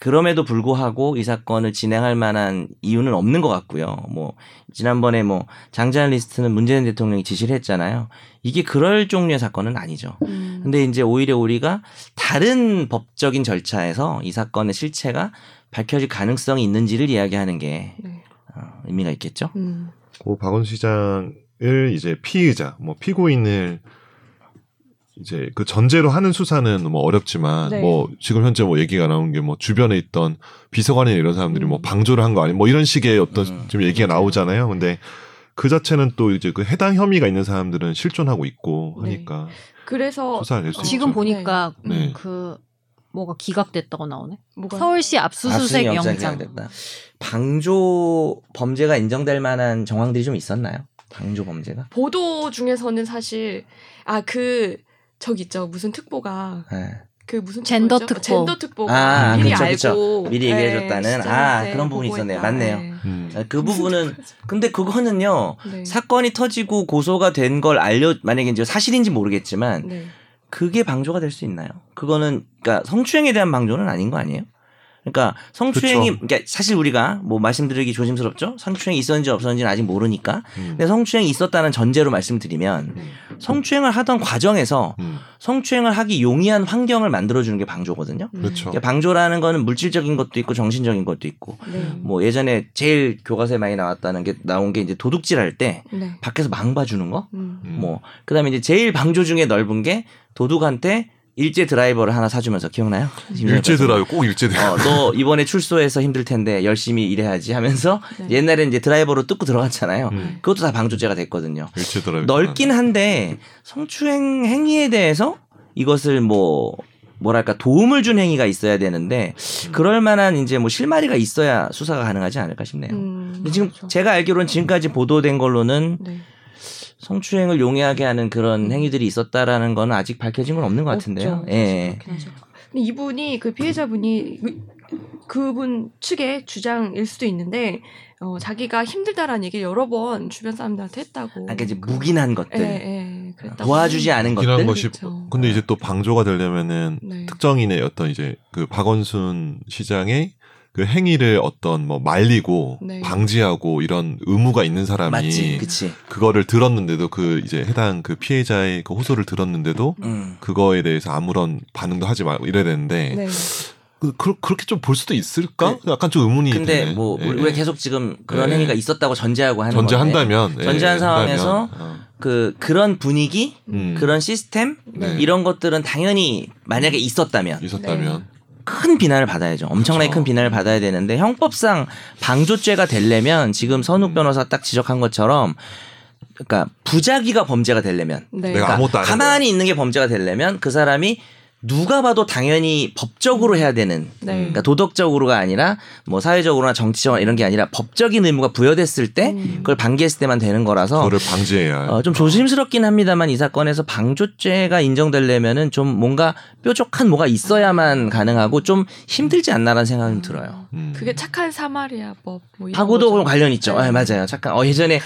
그럼에도 불구하고 이 사건을 진행할 만한 이유는 없는 것 같고요. 뭐, 지난번에 뭐, 장자연 리스트는 문재인 대통령이 지시를 했잖아요. 이게 그럴 종류의 사건은 아니죠. 음. 근데 이제 오히려 우리가 다른 법적인 절차에서 이 사건의 실체가 밝혀질 가능성이 있는지를 이야기하는 게 네. 어, 의미가 있겠죠. 음. 고 박원 시장을 이제 피의자, 뭐 피고인을 이제 그 전제로 하는 수사는 뭐 어렵지만 네. 뭐 지금 현재 뭐 얘기가 나온 게 뭐 주변에 있던 비서관이나 이런 사람들이 음. 뭐 방조를 한 거 아니 뭐 이런 식의 어떤 음. 지금 얘기가 나오잖아요. 근데 그 자체는 또 이제 그 해당 혐의가 있는 사람들은 실존하고 있고 네. 하니까 그래서 수사를 낼수 있죠. 그렇죠. 지금 보니까 음, 네. 그 뭐가 기각됐다고 나오네. 뭐가 서울시 압수수색 압수수색 영장 영장. 기각됐다. 방조 범죄가 인정될 만한 정황들이 좀 있었나요? 방조 범죄가? 보도 중에서는 사실 아 그 저기 있죠 무슨 특보가 네. 그 무슨 젠더 특보였죠? 특보. 젠더 특보 아, 미리 그쵸, 그쵸. 알고 미리 네, 얘기해줬다는. 아, 시장한테 그런 부분이 보고 있었네요. 했다. 맞네요. 네. 음. 아, 그 부분은 근데 그거는요 네. 사건이 터지고 고소가 된 걸 알려 만약에 이제 사실인지 모르겠지만 네. 그게 방조가 될 수 있나요? 그거는 그러니까 성추행에 대한 방조는 아닌 거 아니에요? 그러니까 성추행이 그쵸. 그러니까 사실 우리가 뭐 말씀드리기 조심스럽죠. 성추행이 있었는지 없었는지는 아직 모르니까. 음. 근데 성추행이 있었다는 전제로 말씀드리면 네. 성추행을 하던 과정에서 음. 성추행을 하기 용이한 환경을 만들어 주는 게 방조거든요. 음. 그렇죠. 그러니까 방조라는 거는 물질적인 것도 있고 정신적인 것도 있고 네. 뭐 예전에 제일 교과서에 많이 나왔다는 게 나온 게 이제 도둑질 할 때 네. 밖에서 망봐 주는 거. 음. 음. 뭐 그다음에 이제 제일 방조 중에 넓은 게 도둑한테 일제 드라이버를 하나 사주면서 기억나요? 일제 드라이브 꼭 일제 드라이브. 어, 너 이번에 출소해서 힘들 텐데 열심히 일해야지 하면서 네. 옛날에 이제 드라이버로 뜯고 들어갔잖아요. 음. 그것도 다 방조죄가 됐거든요. 일제 드라이브. 넓긴 한데 성추행 행위에 대해서 이것을 뭐 뭐랄까 도움을 준 행위가 있어야 되는데 그럴 만한 이제 뭐 실마리가 있어야 수사가 가능하지 않을까 싶네요. 음, 근데 지금 그렇죠. 제가 알기로는 지금까지 보도된 걸로는 네. 성추행을 용이하게 하는 그런 행위들이 있었다라는 건 아직 밝혀진 건 없는 것 같은데요. 음. 없죠. 예. 그렇긴 하죠. 근데 이분이 그 피해자분이 그- 그분 측의 주장일 수도 있는데 어, 자기가 힘들다라는 얘기를 여러 번 주변 사람들한테 했다고. 아까 그러니까 이제 무기한 예, 것들 어, 예, 그랬다고. 도와주지 않은 무기한 것들. 것이- 그렇죠. 근데 이제 또 방조가 되려면은 네. 특정인의 어떤 이제 그 박원순 시장의 그 행위를 어떤 뭐 말리고 네. 방지하고 이런 의무가 있는 사람이 맞지, 그치. 그거를 들었는데도 그 이제 해당 그 피해자의 그 호소를 들었는데도 음. 그거에 대해서 아무런 반응도 하지 말고 이래야 되는데 네. 그, 렇게 좀 볼 수도 있을까? 그 약간 좀 의문이 그 근데 드네. 뭐 예, 왜 예. 계속 지금 그런 예. 행위가 있었다고 전제하고 하는 건데 전제한다면 예, 전제한 예, 상황에서 한다면, 어. 그 그런 분위기, 음, 그런 시스템 네. 이런 것들은 당연히 만약에 있었다면 예. 있었다면 네. 큰 비난을 받아야죠. 엄청나게 그렇죠. 큰 비난을 받아야 되는데 형법상 방조죄가 되려면 지금 선욱 음. 변호사 딱 지적한 것처럼 그러니까 부작위가 범죄가 되려면 네. 내가 그러니까 아무것도 안 했는데. 가만히 있는 게 범죄가 되려면 그 사람이 누가 봐도 당연히 법적으로 해야 되는 네. 그러니까 도덕적으로가 아니라 뭐 사회적으로나 정치적으로 이런 게 아니라 법적인 의무가 부여됐을 때 음. 그걸 방기했을 때만 되는 거라서 그거를 방지해야 어, 좀 조심스럽긴 합니다만 이 사건에서 방조죄가 인정되려면은 좀 뭔가 뾰족한 뭐가 있어야만 가능하고 좀 힘들지 않나라는 생각이 들어요. 음. 그게 착한 사마리아법 뭐 이런 파고도 거죠. 관련 있죠. 네. 아, 맞아요. 잠깐 어 예전에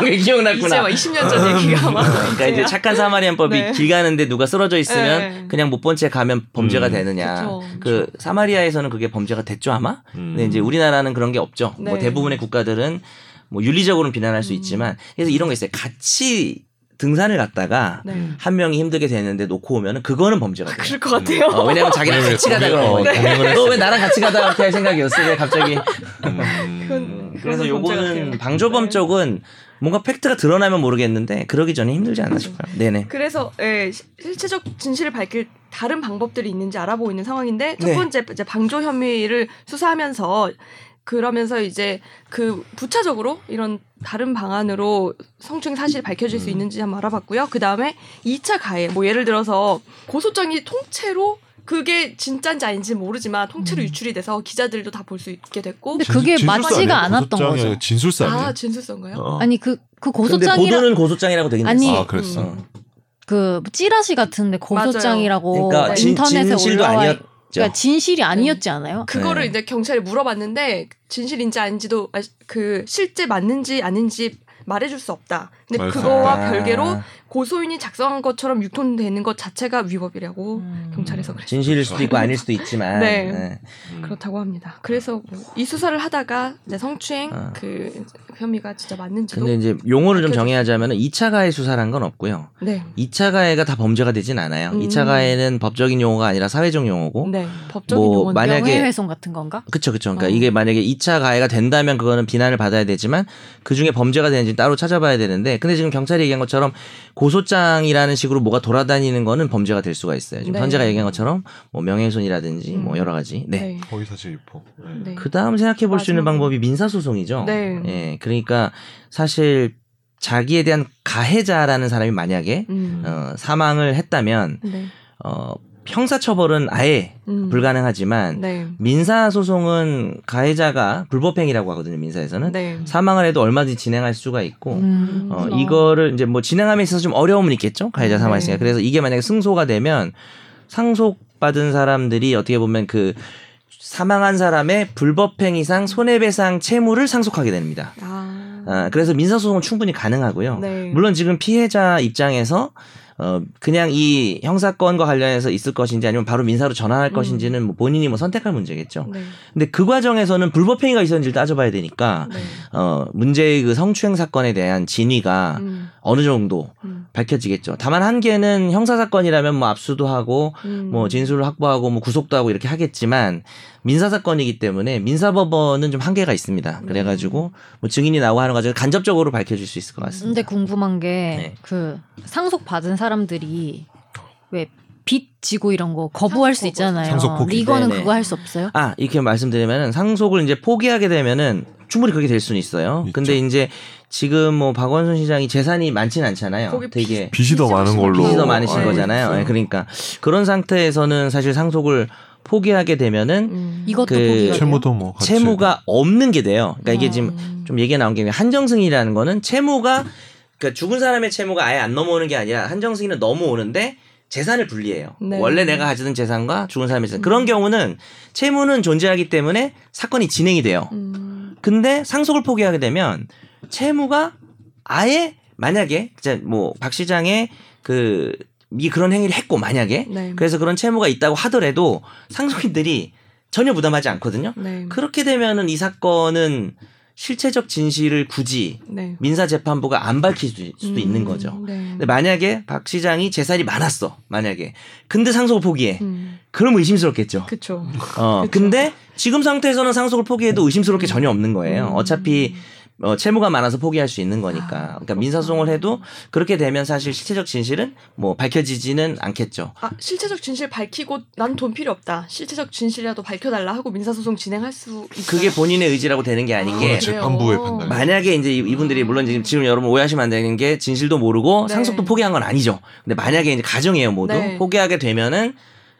[laughs] 게 이제 막 기억났구나. 20년 전 얘기가 막 그러니까 이제 착한 사마리안법이 어, 네. 길 가는데 누가 쓰러져 있으면 네. 그냥 못 본 채 가면 범죄가 음. 되느냐. 그쵸. 그 사마리아에서는 그게 범죄가 됐죠 아마. 음. 근데 네, 이제 우리나라는 그런 게 없죠. 뭐 네. 대부분의 국가들은 뭐 윤리적으로는 비난할 수 음. 있지만 그래서 이런 거 있어요. 같이 등산을 갔다가 네. 한 명이 힘들게 되는데 놓고 오면은 그거는 범죄가 돼요. 그럴 것 같아요. 어, 왜냐면 자기랑 왜냐면 같이 가다 동행을- 그러면 어, 동행을 너왜 나랑 같이 가다 그렇게 할 생각이었어? 왜 갑자기 음. 아, 그건- 그래서 그거는 범죄 요거는 같아요. 방조범 네. 쪽은 뭔가 팩트가 드러나면 모르겠는데 그러기 전에 힘들지 않나 싶어요. 네네. 그래서 예, 시- 실체적 진실을 밝힐 다른 방법들이 있는지 알아보고 있는 상황인데 첫 네. 번째 이제 방조 혐의를 수사하면서 그러면서 이제 그 부차적으로 이런 다른 방안으로 성추행 사실 밝혀질 수 음. 있는지 한번 알아봤고요. 그 다음에 2차 가해, 뭐 예를 들어서 고소장이 통째로 그게 진짜인지 아닌지 모르지만 통째로 유출이 돼서 기자들도 다 볼 수 있게 됐고 근데 그게 진술서 아니에요? 맞지가 않았던 고소장이 거죠. 아니라 진술서 아니에요? 아 진술서인가요? 어. 아니 그 그 근데 고소장이랑 보도는 고소장이라고 되긴 아니, 했어. 아, 그랬어. 음. 그 찌라시 같은데 고소장이라고 그러니까 진, 뭐 인터넷에 진실도 올라와 아니었죠. 그러니까 진실이 아니었지 않아요? 그거를 네. 이제 경찰에 물어봤는데 진실인지 아닌지도 아, 그 실제 맞는지 아닌지 말해줄 수 없다. 근데 말해줄 수 그거와 없다. 별개로 고소인이 작성한 것처럼 6톤 되는 것 자체가 위법이라고 경찰에서 그랬어요. 진실일 수도 있고 아닐 수도 있지만 네. 네. 음. 그렇다고 합니다. 그래서 뭐이 수사를 하다가 이제 성추행 아. 그 혐의가 진짜 맞는지도 근데 이제 용어를 좀 밝혀졌- 정의하자면 2차 가해 수사란 건 없고요. 네. 2차 가해가 다 범죄가 되진 않아요. 음. 2차 가해는 법적인 용어가 아니라 사회적 용어고 네. 법적인 뭐 용어인데 만약에- 명예훼손 같은 건가? 그쵸, 그쵸. 그러니까 어. 이게 만약에 2차 가해가 된다면 그거는 비난을 받아야 되지만 그 중에 범죄가 되는지 따로 찾아봐야 되는데 근데 지금 경찰이 얘기한 것처럼 고소장이라는 식으로 뭐가 돌아다니는 거는 범죄가 될 수가 있어요. 지금 네. 현재가 얘기한 것처럼 뭐 명예훼손이라든지 음. 뭐 여러 가지. 네. 네. 허위사실 유포. 네. 네. 그 다음 생각해 볼 수 있는 마지막으로. 방법이 민사소송이죠. 네. 예. 그러니까 사실 자기에 대한 가해자라는 사람이 만약에 음. 어, 사망을 했다면 네. 어, 형사처벌은 아예 음. 불가능하지만 네. 민사 소송은 가해자가 불법행위라고 하거든요 민사에서는 네. 사망을 해도 얼마든지 진행할 수가 있고 음. 어, 이거를 이제 뭐 진행함에 있어서 좀 어려움은 있겠죠 가해자 사망했으니까 네. 그래서 이게 만약에 승소가 되면 상속받은 사람들이 어떻게 보면 그 사망한 사람의 불법행위상 손해배상 채무를 상속하게 됩니다. 아. 아, 그래서 민사 소송은 충분히 가능하고요. 네. 어. 물론 지금 피해자 입장에서 어 그냥 이 형사건과 관련해서 있을 것인지 아니면 바로 민사로 음. 전환할 것인지는 뭐 본인이 뭐 선택할 문제겠죠. 네. 근데 그 과정에서는 불법행위가 있었는지를 따져봐야 되니까 네. 어 문제의 그 성추행 사건에 대한 진위가 음. 어느 정도 음. 밝혀지겠죠. 다만 한계는 형사 사건이라면 뭐 압수도 하고 음. 뭐 진술을 확보하고 뭐 구속도 하고 이렇게 하겠지만 민사 사건이기 때문에 민사법원은 좀 한계가 있습니다. 음. 그래가지고 뭐 증인이 나오고 하는 과정을 간접적으로 밝혀질 수 있을 음, 것 같습니다. 네. 근데 궁금한 게 그 상속 받은 사람들이 왜 빚 지고 이런 거 거부할 수 상속 거부. 있잖아요. 상속 포기. 근데 이거는 네네. 그거 할 수 없어요? 아 이렇게 말씀드리면은 상속을 이제 포기하게 되면은 충분히 그렇게 될 수는 있어요. 근데 이제 지금 뭐 박원순 시장이 재산이 많진 않잖아요. 거기 되게 빚이 더 많은 걸로 빚이 더 많으신 알고 거잖아요. 있어요. 예, 그러니까 그런 상태에서는 사실 상속을 포기하게 되면은 음. 이것도 그 포기해요? 채무도 뭐 같이 채무가 없는 게 돼요. 그러니까 이게 지금 음. 좀 얘기가 나온 게 한정승이라는 거는 채무가 그러니까 죽은 사람의 채무가 아예 안 넘어오는 게 아니라 한정승이는 넘어오는데 재산을 분리해요. 네. 음. 원래 내가 가지던 재산과 죽은 사람의 재산. 그런 경우는 채무는 존재하기 때문에 사건이 진행이 돼요. 음. 근데 상속을 포기하게 되면 채무가 아예 만약에 이제 뭐 박 시장의 그이 그런 행위를 했고 만약에 네. 그래서 그런 채무가 있다고 하더라도 상속인들이 전혀 부담하지 않거든요. 네. 그렇게 되면은 이 사건은 실체적 진실을 굳이 네. 민사재판부가 안 밝힐 수- 수도 음. 있는 거죠. 네. 근데 만약에 박 시장이 재산이 많았어, 만약에. 근데 상속을 포기해. 음. 그럼 의심스럽겠죠. 그쵸. 어, 그쵸. 근데 지금 상태에서는 상속을 포기해도 의심스러울 게 전혀 없는 거예요. 음. 어차피 어, 채무가 많아서 포기할 수 있는 거니까. 그렇죠. 그러니까 민사소송을 해도 그렇게 되면 사실 실체적 진실은 뭐 밝혀지지는 않겠죠. 아, 실체적 진실 밝히고 난 돈 필요 없다. 실체적 진실이라도 밝혀달라 하고 민사소송 진행할 수 있어요. 그게 본인의 의지라고 되는 게 아닌 게 그거는 그렇죠. 그렇죠. 재판부의 그래요. 판단. 만약에 이제 이- 이분들이 물론 지금 지금 여러분 오해하시면 안 되는 게 진실도 모르고 네. 상속도 포기한 건 아니죠. 근데 만약에 이제 가정이에요 모두 네. 포기하게 되면은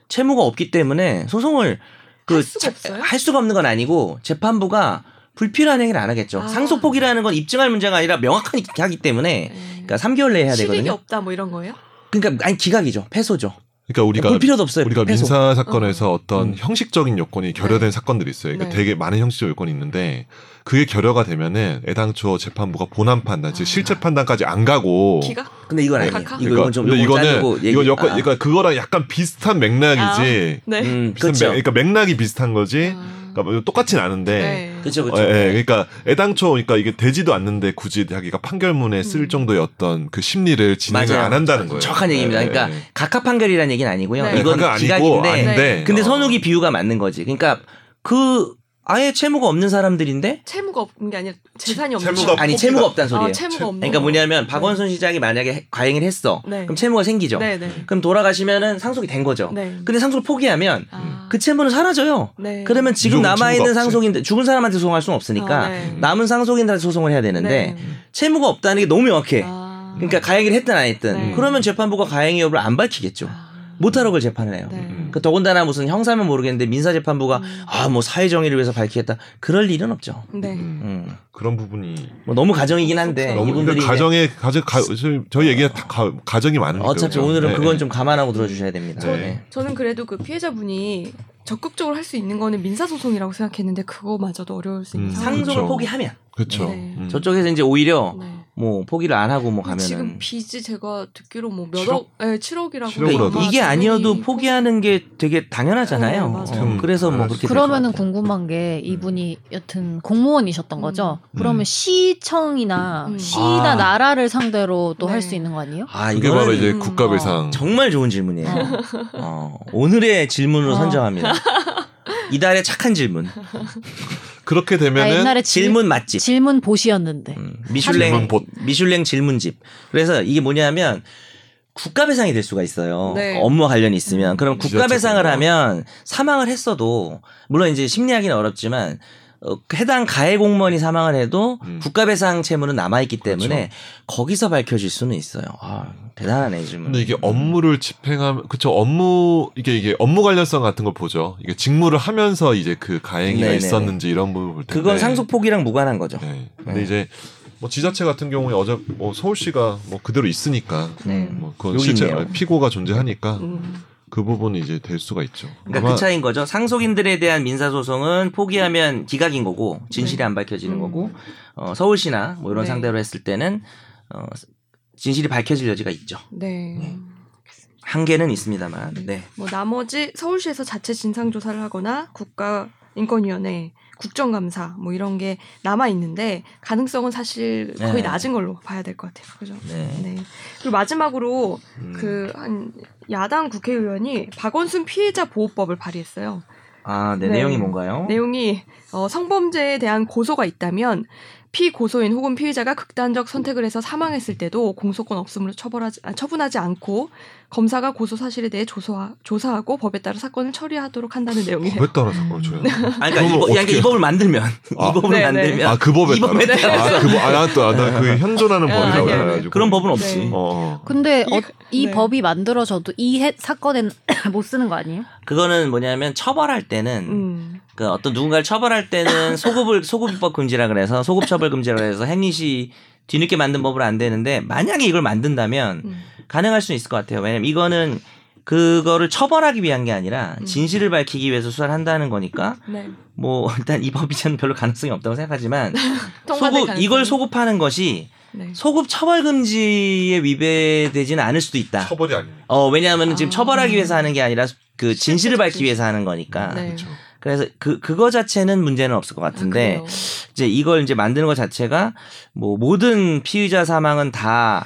채무가 없기 때문에 소송을 그 할 수가 자- 없어요? 할 수가 없는 건 아니고 재판부가 불필요한 행위를 안 하겠죠. 아. 상속 포기라는 건 입증할 문제가 아니라 명확하게 하기 때문에 네. 그러니까 3개월 내에 해야 실익이 되거든요. 없다 뭐 이런 거예요? 그러니까 아니 기각이죠. 패소죠. 그러니까 우리가 볼 필요도 없어요. 우리가 패소. 민사 사건에서 어떤 음. 형식적인 요건이 결여된 사건들이 있어요. 그러니까 네. 되게 많은 형식적 요건이 있는데 그게 결여가 되면은 애당초 재판부가 본안 판단, 즉 실제 판단까지 안 가고 그러니까 기가? 근데 이건 아니에요. 각하? 이건 좀 근데 요건 이거는 자르고 얘기- 이건 여건 아. 그러니까 그거랑 약간 비슷한 맥락이지. 네. 음, 비슷한 그렇죠. 맥, 그러니까 맥락이 비슷한 거지. 아. 그러니까 뭐 똑같진 않은데. 네. 그렇죠. 예, 그렇죠. 예, 그러니까 애당초 그러니까 이게 되지도 않는데 굳이 자기가 판결문에 쓸 음. 정도의 어떤 그 심리를 진행을 맞아요. 안 한다는 거예요. 정확한 얘기입니다. 예, 그러니까 예, 예. 각하 판결이라는 얘기는 아니고요. 네. 이건 그건 아니고 기각인데 아닌데. 근데 어. 선욱이 비유가 맞는 거지. 그러니까 그 아예 채무가 없는 사람들인데 채무가 없는 게 아니라 재산이 없는 채무가 거. 없는 아니 포기가- 채무가 없다는 소리예요. 아, 채무가 채- 없는 그러니까 거. 뭐냐면 박원순 시장이 만약에 해- 과잉을 했어. 네. 그럼 채무가 생기죠. 네, 네. 그럼 돌아가시면은 상속이 된 거죠. 네. 근데 상속을 포기하면 아. 그 채무는 사라져요. 네. 그러면 지금 유종은 남아 있는 채무가 없지. 상속인데 죽은 사람한테 소송할 수는 없으니까 아, 네. 남은 상속인들한테 소송을 해야 되는데 네. 채무가 없다는 게 너무 명확해. 아. 그러니까 가행을 했든 안 했든 네. 그러면 재판부가 가행 여부를 안 밝히겠죠. 아. 못하러 그걸 재판을 해요. 네. 음. 그 더군다나 무슨 형사면 모르겠는데 민사재판부가 음. 아 뭐 사회 정의를 위해서 밝히겠다 그럴 일은 없죠. 네. 음, 음. 그런 부분이 뭐 너무 가정이긴 한데 너무- 너무 이분들이 음. 그렇죠. 근데 가정에 가정 가, 저희- 저희 얘기가 다 가, 가정이 이제 많으니까 어차피 그렇죠. 오늘은 네, 그건 네. 좀 감안하고 들어주셔야 됩니다. 네. 네. 저는 그래도 그 피해자분이 적극적으로 할 수 있는 거는 민사소송이라고 생각했는데 그거마저도 어려울 수 있는 음. 상황. 상속을 그렇죠. 포기하면 그렇죠. 네. 음. 저쪽에서 이제 오히려 네. 뭐 포기를 안 하고 뭐 근데 지금 가면은 빚이 제가 듣기로 뭐 몇 칠억? 억, 예, 7억이라고. 칠억으로도. 그러니까 이게 아니어도 포기하는 게 되게 당연하잖아요. 어, 맞아요. 음. 어, 그래서 뭐 그렇게 될것 그러면은 같아요. 궁금한 게 음. 이분이 여튼 공무원이셨던 거죠. 음. 그러면 시청이나 음. 시나 아. 나라를 상대로 또 네. 할 수 있는 거 아니에요? 아 그게 이거 바로 는 이제 음, 국가배상. 정말 좋은 질문이에요. 어, 오늘의 질문으로 어. 선정합니다. 이달의 착한 질문. 그렇게 아, 되면은 음. 옛날에 질- 질문 맛집. 질문 보시였는데. 음, 질문 미슐랭 봇. 미슐랭 질문집. 그래서 이게 뭐냐면 국가배상이 될 수가 있어요. 네. 업무와 관련이 있으면. 그럼 지자체 국가배상을 정보. 하면 사망을 했어도 물론 이제 심리하기는 어렵지만 어, 해당 가해 공무원이 사망을 해도 음. 그렇죠. 국가배상 채무는 남아있기 때문에 거기서 밝혀질 수는 있어요. 아, 대단하네 이 질문. 근데 이게 업무를 집행하면 그쵸 업무 이게 이게 업무 관련성 같은 걸 보죠. 이게 직무를 하면서 이제 그 가행이가 네네네. 있었는지 이런 부분 볼 텐데. 그건 상속 포기랑 무관한 거죠. 네. 근데 네. 이제 뭐 지자체 같은 경우에 어제 뭐 서울시가 뭐 그대로 있으니까 네. 뭐 그건 여기 실제 있네요. 피고가 존재하니까 음. 그 부분이 이제 될 수가 있죠. 그러니까 그 차이인 거죠. 상속인들에 대한 민사 소송은 포기하면 기각인 거고 진실이 안 밝혀지는 음. 거고 어, 서울시나 뭐 이런 네. 상대로 했을 때는 어, 진실이 밝혀질 여지가 있죠. 네. 한계는 있습니다만. 네. 뭐 나머지 서울시에서 자체 진상 조사를 하거나 국가 인권위원회 국정감사 뭐 이런 게 남아 있는데 가능성은 사실 거의 네. 낮은 걸로 봐야 될 것 같아요. 그죠? 네. 네. 그리고 마지막으로 음. 그 한 야당 국회의원이 박원순 피해자 보호법을 발의했어요. 아, 네. 네. 내용이 뭔가요? 내용이 어, 성범죄에 대한 고소가 있다면 피고소인 혹은 피의자가 극단적 선택을 해서 사망했을 때도 공소권 없음으로 처벌하지, 아, 처분하지 않고 검사가 고소 사실에 대해 조사, 조사하고 법에 따라 사건을 처리하도록 한다는 어, 내용이에요. 그 법에 따라 사건을 줘야 돼. 아, 그러니까 이, 그러면 법- 그러니까 어떻게- 이 법을 만들면 아. 이 법을 네, 네. 만들면 아그 그 법에 이 따라. 법에 따라서. 아그법아나그 현존하는 아, 법이라고 네, 네. 해가지고. 그런 그 법은 없지. 네. 어, 어. 근데 어- 이 네. 법이 만들어져도 이 해- 사건엔 [coughs] 못 쓰는 거 아니에요? 그거는 뭐냐면 처벌할 때는 음. 그 어떤 누군가를 처벌할 때는 소급을 소급법 금지라 그래서 소급 처벌 금지라 그래서 행위시 뒤늦게 만든 법으로 안 되는데 만약에 이걸 만든다면 음. 가능할 수는 있을 것 같아요. 왜냐면 이거는 그거를 처벌하기 위한 게 아니라 음. 진실을 밝히기 위해서 수사를 한다는 거니까 네. 뭐 [laughs] 일단 이 법이 저는 별로 가능성이 없다고 생각하지만 [laughs] 통과될 소급 이걸 가능성이- 소급하는 것이 네. 소급 처벌 금지에 위배되지는 않을 수도 있다. 처벌이 아니니까. 어 왜냐하면 지금 아. 처벌하기 위해서 하는 게 아니라 그 진실을 실제적 밝기 진실. 위해서 하는 거니까 네. 그렇죠. 아, 그래서 그 그거 자체는 문제는 없을 것 같은데 아, 그래요. 이제 이걸 이제 만드는 것 자체가 뭐 모든 피의자 사망은 다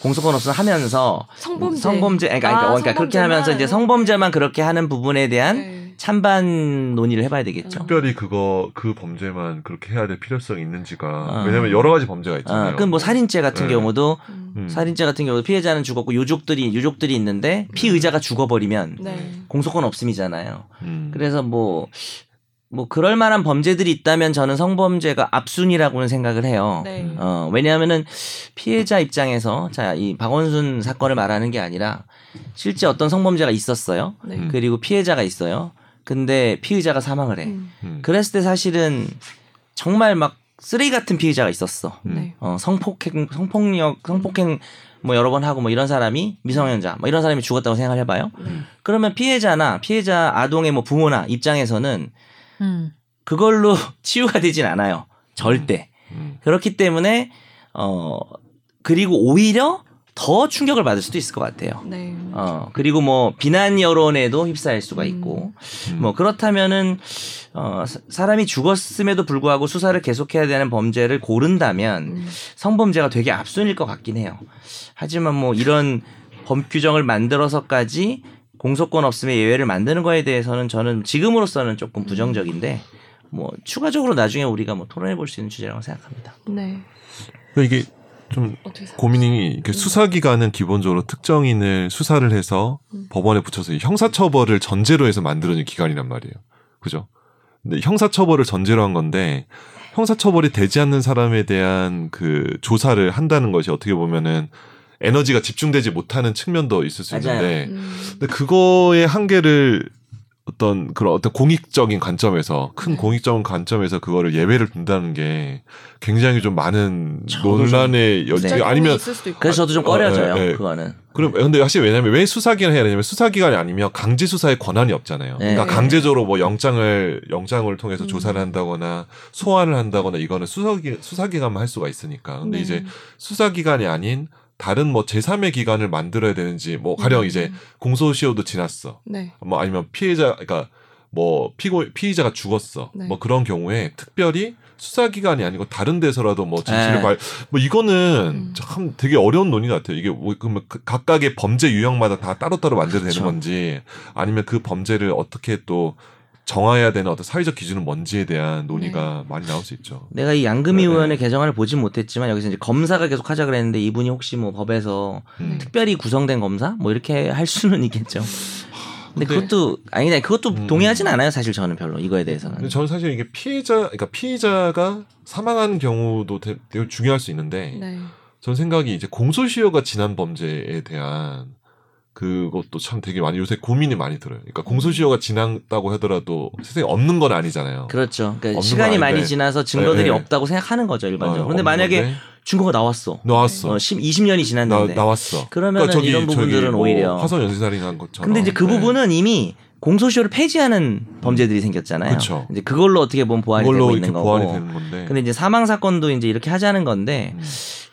공소권 없음 하면서 성범죄. 그러니까, 그러니까, 아, 그러니까 그렇게 성범죄만. 하면서 이제 성범죄만 음. 그렇게 하는 부분에 대한 네. 음. 찬반 논의를 해봐야 되겠죠. 특별히 그거 그 범죄만 그렇게 해야 될 필요성이 있는지가 아. 왜냐면 여러 가지 범죄가 있잖아요. 아, 그뭐 살인죄 같은 그렇죠. 네. 경우도 음. 음. 살인죄 같은 경우도 피해자는 죽었고 유족들이 유족들이 있는데 피의자가 죽어버리면 네. 공소권 없음이잖아요. 음. 그래서 뭐. 뭐 그럴 만한 범죄들이 있다면 저는 성범죄가 앞순이라고는 생각을 해요. 네. 음. 어, 왜냐하면은 피해자 입장에서 자, 이 박원순 사건을 말하는 게 아니라 실제 어떤 성범죄가 있었어요. 네. 음. 그리고 피해자가 있어요. 근데 피의자가 사망을 해. 음. 음. 그랬을 때 사실은 정말 막 쓰레기 같은 피의자가 있었어. 음. 네. 어, 성폭행, 성폭력, 성폭행 뭐 여러 번 하고 뭐 이런 사람이 미성년자, 뭐 이런 사람이 죽었다고 생각을 해봐요. 네. 그러면 피해자나 피해자 아동의 뭐 부모나 입장에서는 음. 그걸로 [laughs] 치유가 되진 않아요. 절대. 음. 그렇기 때문에 어 그리고 오히려 더 충격을 받을 수도 있을 것 같아요. 네. 어 그리고 뭐 비난 여론에도 휩싸일 수가 음. 있고 음. 뭐 그렇다면은 어 사- 사람이 죽었음에도 불구하고 수사를 계속해야 되는 범죄를 고른다면 음. 성범죄가 되게 앞순일 것 같긴 해요. 하지만 뭐 이런 법 규정을 만들어서까지 공소권 없음의 예외를 만드는 거에 대해서는 저는 지금으로서는 조금 부정적인데 뭐 추가적으로 나중에 우리가 뭐 토론해 볼 수 있는 주제라고 생각합니다. 네. 그러니까 근데 이게 좀 어떻게 생각하세요? 고민이 이게 수사기관은 기본적으로 특정인을 수사를 해서 음. 법원에 붙여서 이 형사처벌을 전제로 해서 만들어진 기관이란 말이에요. 그죠? 근데 형사처벌을 전제로 한 건데 형사처벌이 되지 않는 사람에 대한 그 조사를 한다는 것이 어떻게 보면은 에너지가 집중되지 못하는 측면도 있을 수 맞아요. 있는데 음. 근데 그거의 한계를 어떤 그런 어떤 공익적인 관점에서 네. 큰 공익적인 관점에서 그거를 예외를 둔다는 게 굉장히 좀 많은 저도 좀- 논란의 여지 네. 아니면 있을 수도 있고. 그래서 저도 좀 어, 꺼려져요. 예, 예. 그거는. 그럼 근데 사실 왜냐면 왜 수사기관을 해야 되냐면 수사기관이 아니면 강제 수사의 권한이 없잖아요. 네. 그러니까 강제적으로 뭐 영장을 영장을 통해서 음. 조사를 한다거나 소환을 한다거나 이거는 수사기 수사기관만 할 수가 있으니까. 근데 네. 음. 이제 수사기관이 아닌 다른 뭐 제3의 기관을 만들어야 되는지 뭐 가령 이제 공소시효도 지났어. 네. 뭐 아니면 피해자 그러니까 뭐 피고 피의자가 죽었어 네. 뭐 그런 경우에 특별히 수사기관이 아니고 다른 데서라도 뭐 진실을 네. 발, 뭐 이거는 음. 참 되게 어려운 논의 같아요. 이게 뭐 그러면 그 각각의 범죄 유형마다 다 따로따로 만들어야 되는 그렇죠. 건지 아니면 그 범죄를 어떻게 또 정화해야 되는 어떤 사회적 기준은 뭔지에 대한 네. 논의가 많이 나올 수 있죠. 내가 이 양금희 네, 네. 의원의 개정안을 보진 못했지만 여기서 이제 검사가 계속 하자 그랬는데 이분이 혹시 뭐 법에서 음. 네. 특별히 구성된 검사 뭐 이렇게 [laughs] 할 수는 있겠죠. 근데 그것도 아니 그냥 그것도 음. 동의하진 않아요. 사실 저는 별로 이거에 대해서는. 근데 저는 사실 이게 피해자 그러니까 피해자가 사망한 경우도 되- 되게 중요할 수 있는데 네. 전 생각이 이제 공소시효가 지난 범죄에 대한 그것도 참 되게 많이 요새 고민이 많이 들어요. 음. 그러니까 공소시효가 지났다고 하더라도 세상에 없는 건 아니잖아요. 그렇죠. 그러니까 없는 시간이 거 많이 아닌데. 지나서 네, 증거들이 네. 없다고 생각하는 거죠 일반적으로. 어, 근데 없는 만약에 건데 증거가 나왔어. 나왔어. 어, 20년이 나, 지났는데. 나왔어. 그러니까 그러면은 이런 부분들은 오히려. 뭐 화성 연쇄살인한 것처럼. 근데 이제 그 네. 부분은 이미 공소시효를 폐지하는 범죄들이 생겼잖아요. 그렇죠. 이제 그걸로 어떻게 보면 보완이 그걸로 되고 이렇게 있는 거고. 보완이 되는 건데. 근데 이제 사망 사건도 이제 이렇게 하자는 건데 예. 음.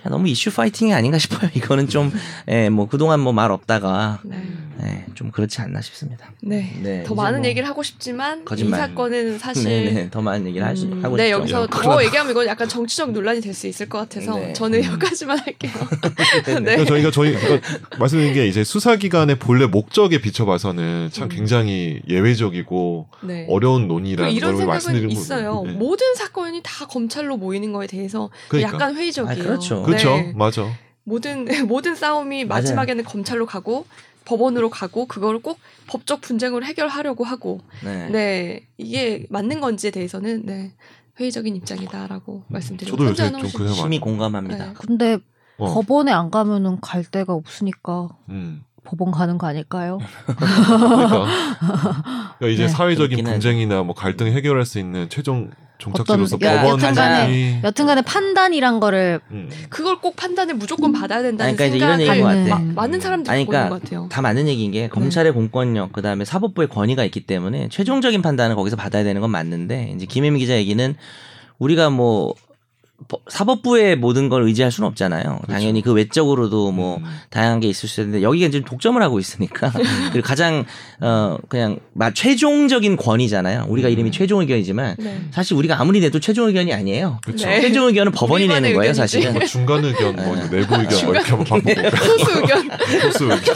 야, 너무 이슈 파이팅이 아닌가 싶어요. [laughs] 이거는 좀 예, 뭐 그동안 뭐 말 없다가 네. 예, 좀 그렇지 않나 싶습니다. 네. 뭐 네, 더 이제 많은 뭐- 얘기를 하고 싶지만 이 거짓말. 사건은 사실 네, 네, 더 많은 얘기를 하시, 음, 하고 네 싶죠. 여기서 더 얘기하면 이건 약간 정치적 논란이 될 수 있을 것 같아서 네. 저는 여기까지만 할게요. [laughs] 네. 그러니까 저희가 저희 그러니까 말씀드린 게 이제 수사기관의 본래 목적에 비춰봐서는 참 음. 굉장히 예외적이고 네. 어려운 논의라는 이런 걸 말씀드리는 생각은 거예요. 있어요. 네. 모든 사건이 다 검찰로 모이는 거에 대해서 그러니까. 약간 회의적이에요. 아, 그렇죠. 그렇죠. 네. 맞아. 모든 [laughs] 모든 싸움이 맞아요. 마지막에는 검찰로 가고 법원으로 가고 그걸 꼭 법적 분쟁으로 해결하려고 하고 네. 네 이게 맞는 건지에 대해서는 네 회의적인 입장이다라고 말씀드리고 저도 요새 현재는 좀 혹시- 그 생각 많이. 심히 공감합니다. 네. 근데 어. 법원에 안 가면은 갈 데가 없으니까 음. 법원 가는 거 아닐까요? 그러니까, 그러니까 이제 네. [laughs] 사회적인 그렇긴 하죠. 분쟁이나 뭐 갈등 해결할 수 있는 최종 종착지로서 어떤- 야, 법원이 여튼간에- 여튼간에 판단이란 거를 음. 그걸 꼭 판단을 무조건 받아야 된다는 아니, 그러니까 이제 이런 생각을 얘기인 것 같아. 마- 많은 사람들이 아니, 갖고 있는 그러니까 것 같아요. 다 맞는 얘기인 게 네. 검찰의 공권력 그다음에 사법부의 권위가 있기 때문에 최종적인 판단은 거기서 받아야 되는 건 맞는데 이제 김혜민 기자 얘기는 우리가 뭐 법- 사법부의 모든 걸 의지할 수는 없잖아요. 그렇죠. 당연히 그 외적으로도 뭐 음. 다양한 게 있을 수 있는데 여기가 지금 독점을 하고 있으니까 음. [laughs] 그리고 가장 어 그냥 마- 최종적인 권위잖아요. 우리가 음. 이름이 최종 의견이지만 네. 사실 우리가 아무리 내도 최종 의견이 아니에요. 그렇죠. 네. 최종 의견은 법원이 우리만의 내는 거예요, 의견이지. 사실은. 뭐 중간 의견, 뭐 네. 내부 의견 뭐 이렇게 한번 바꿔볼까요? 소수 [laughs] 의견. 소수 의견.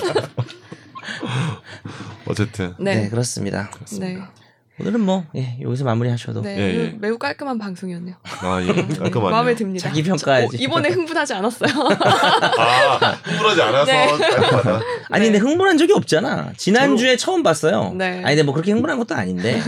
[laughs] 어쨌든 [laughs] 네. 네. 그렇습니다. 네. 오늘은 뭐 예, 여기서 마무리하셔도 네. 예, 예. 매우 깔끔한 방송이었네요. 아 예, 깔끔하네요. 마음에 듭니다. 자기 평가해야지. 어, 이번에 흥분하지 않았어요. [laughs] 아 흥분하지 않아서 네. 깔끔하다. 아니 근데 흥분한 적이 없잖아. 지난주에 처음 봤어요. 네. 아니 근데 뭐 그렇게 흥분한 [laughs] 것도 아닌데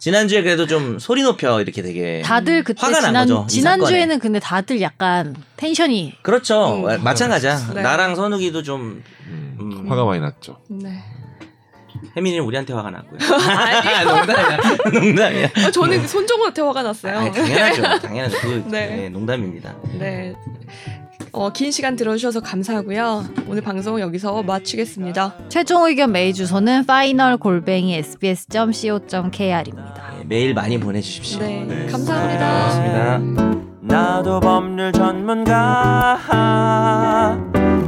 지난주에 그래도 좀 소리 높여 이렇게 음. 되게 다들 그때 화가 난 지난 거죠, 이 지난주에는 근데 다들 약간 텐션이 그렇죠. 음. 마찬가지야. 네. 나랑 선욱이도 좀 음, 음. 화가 많이 났죠. 네. 혜민이는 우리한테 화가 [laughs] 났고요. 아, 농담이야. 농담이야. 어, 저는 손정호한테 화가 났어요. 네. 아니, [laughs] 당연하죠. 당연하죠. 그 네. 네, 농담입니다. 네. 어, 긴 시간 들어주셔서 감사하고요. 오늘 방송 여기서 마치겠습니다. 최종 의견 메일 주소는 final 골뱅이 sbs.co.kr입니다. 네, 메일 많이 보내주십시오. 네. 네. 감사합니다. 고맙습니다. 나도 법률 전문가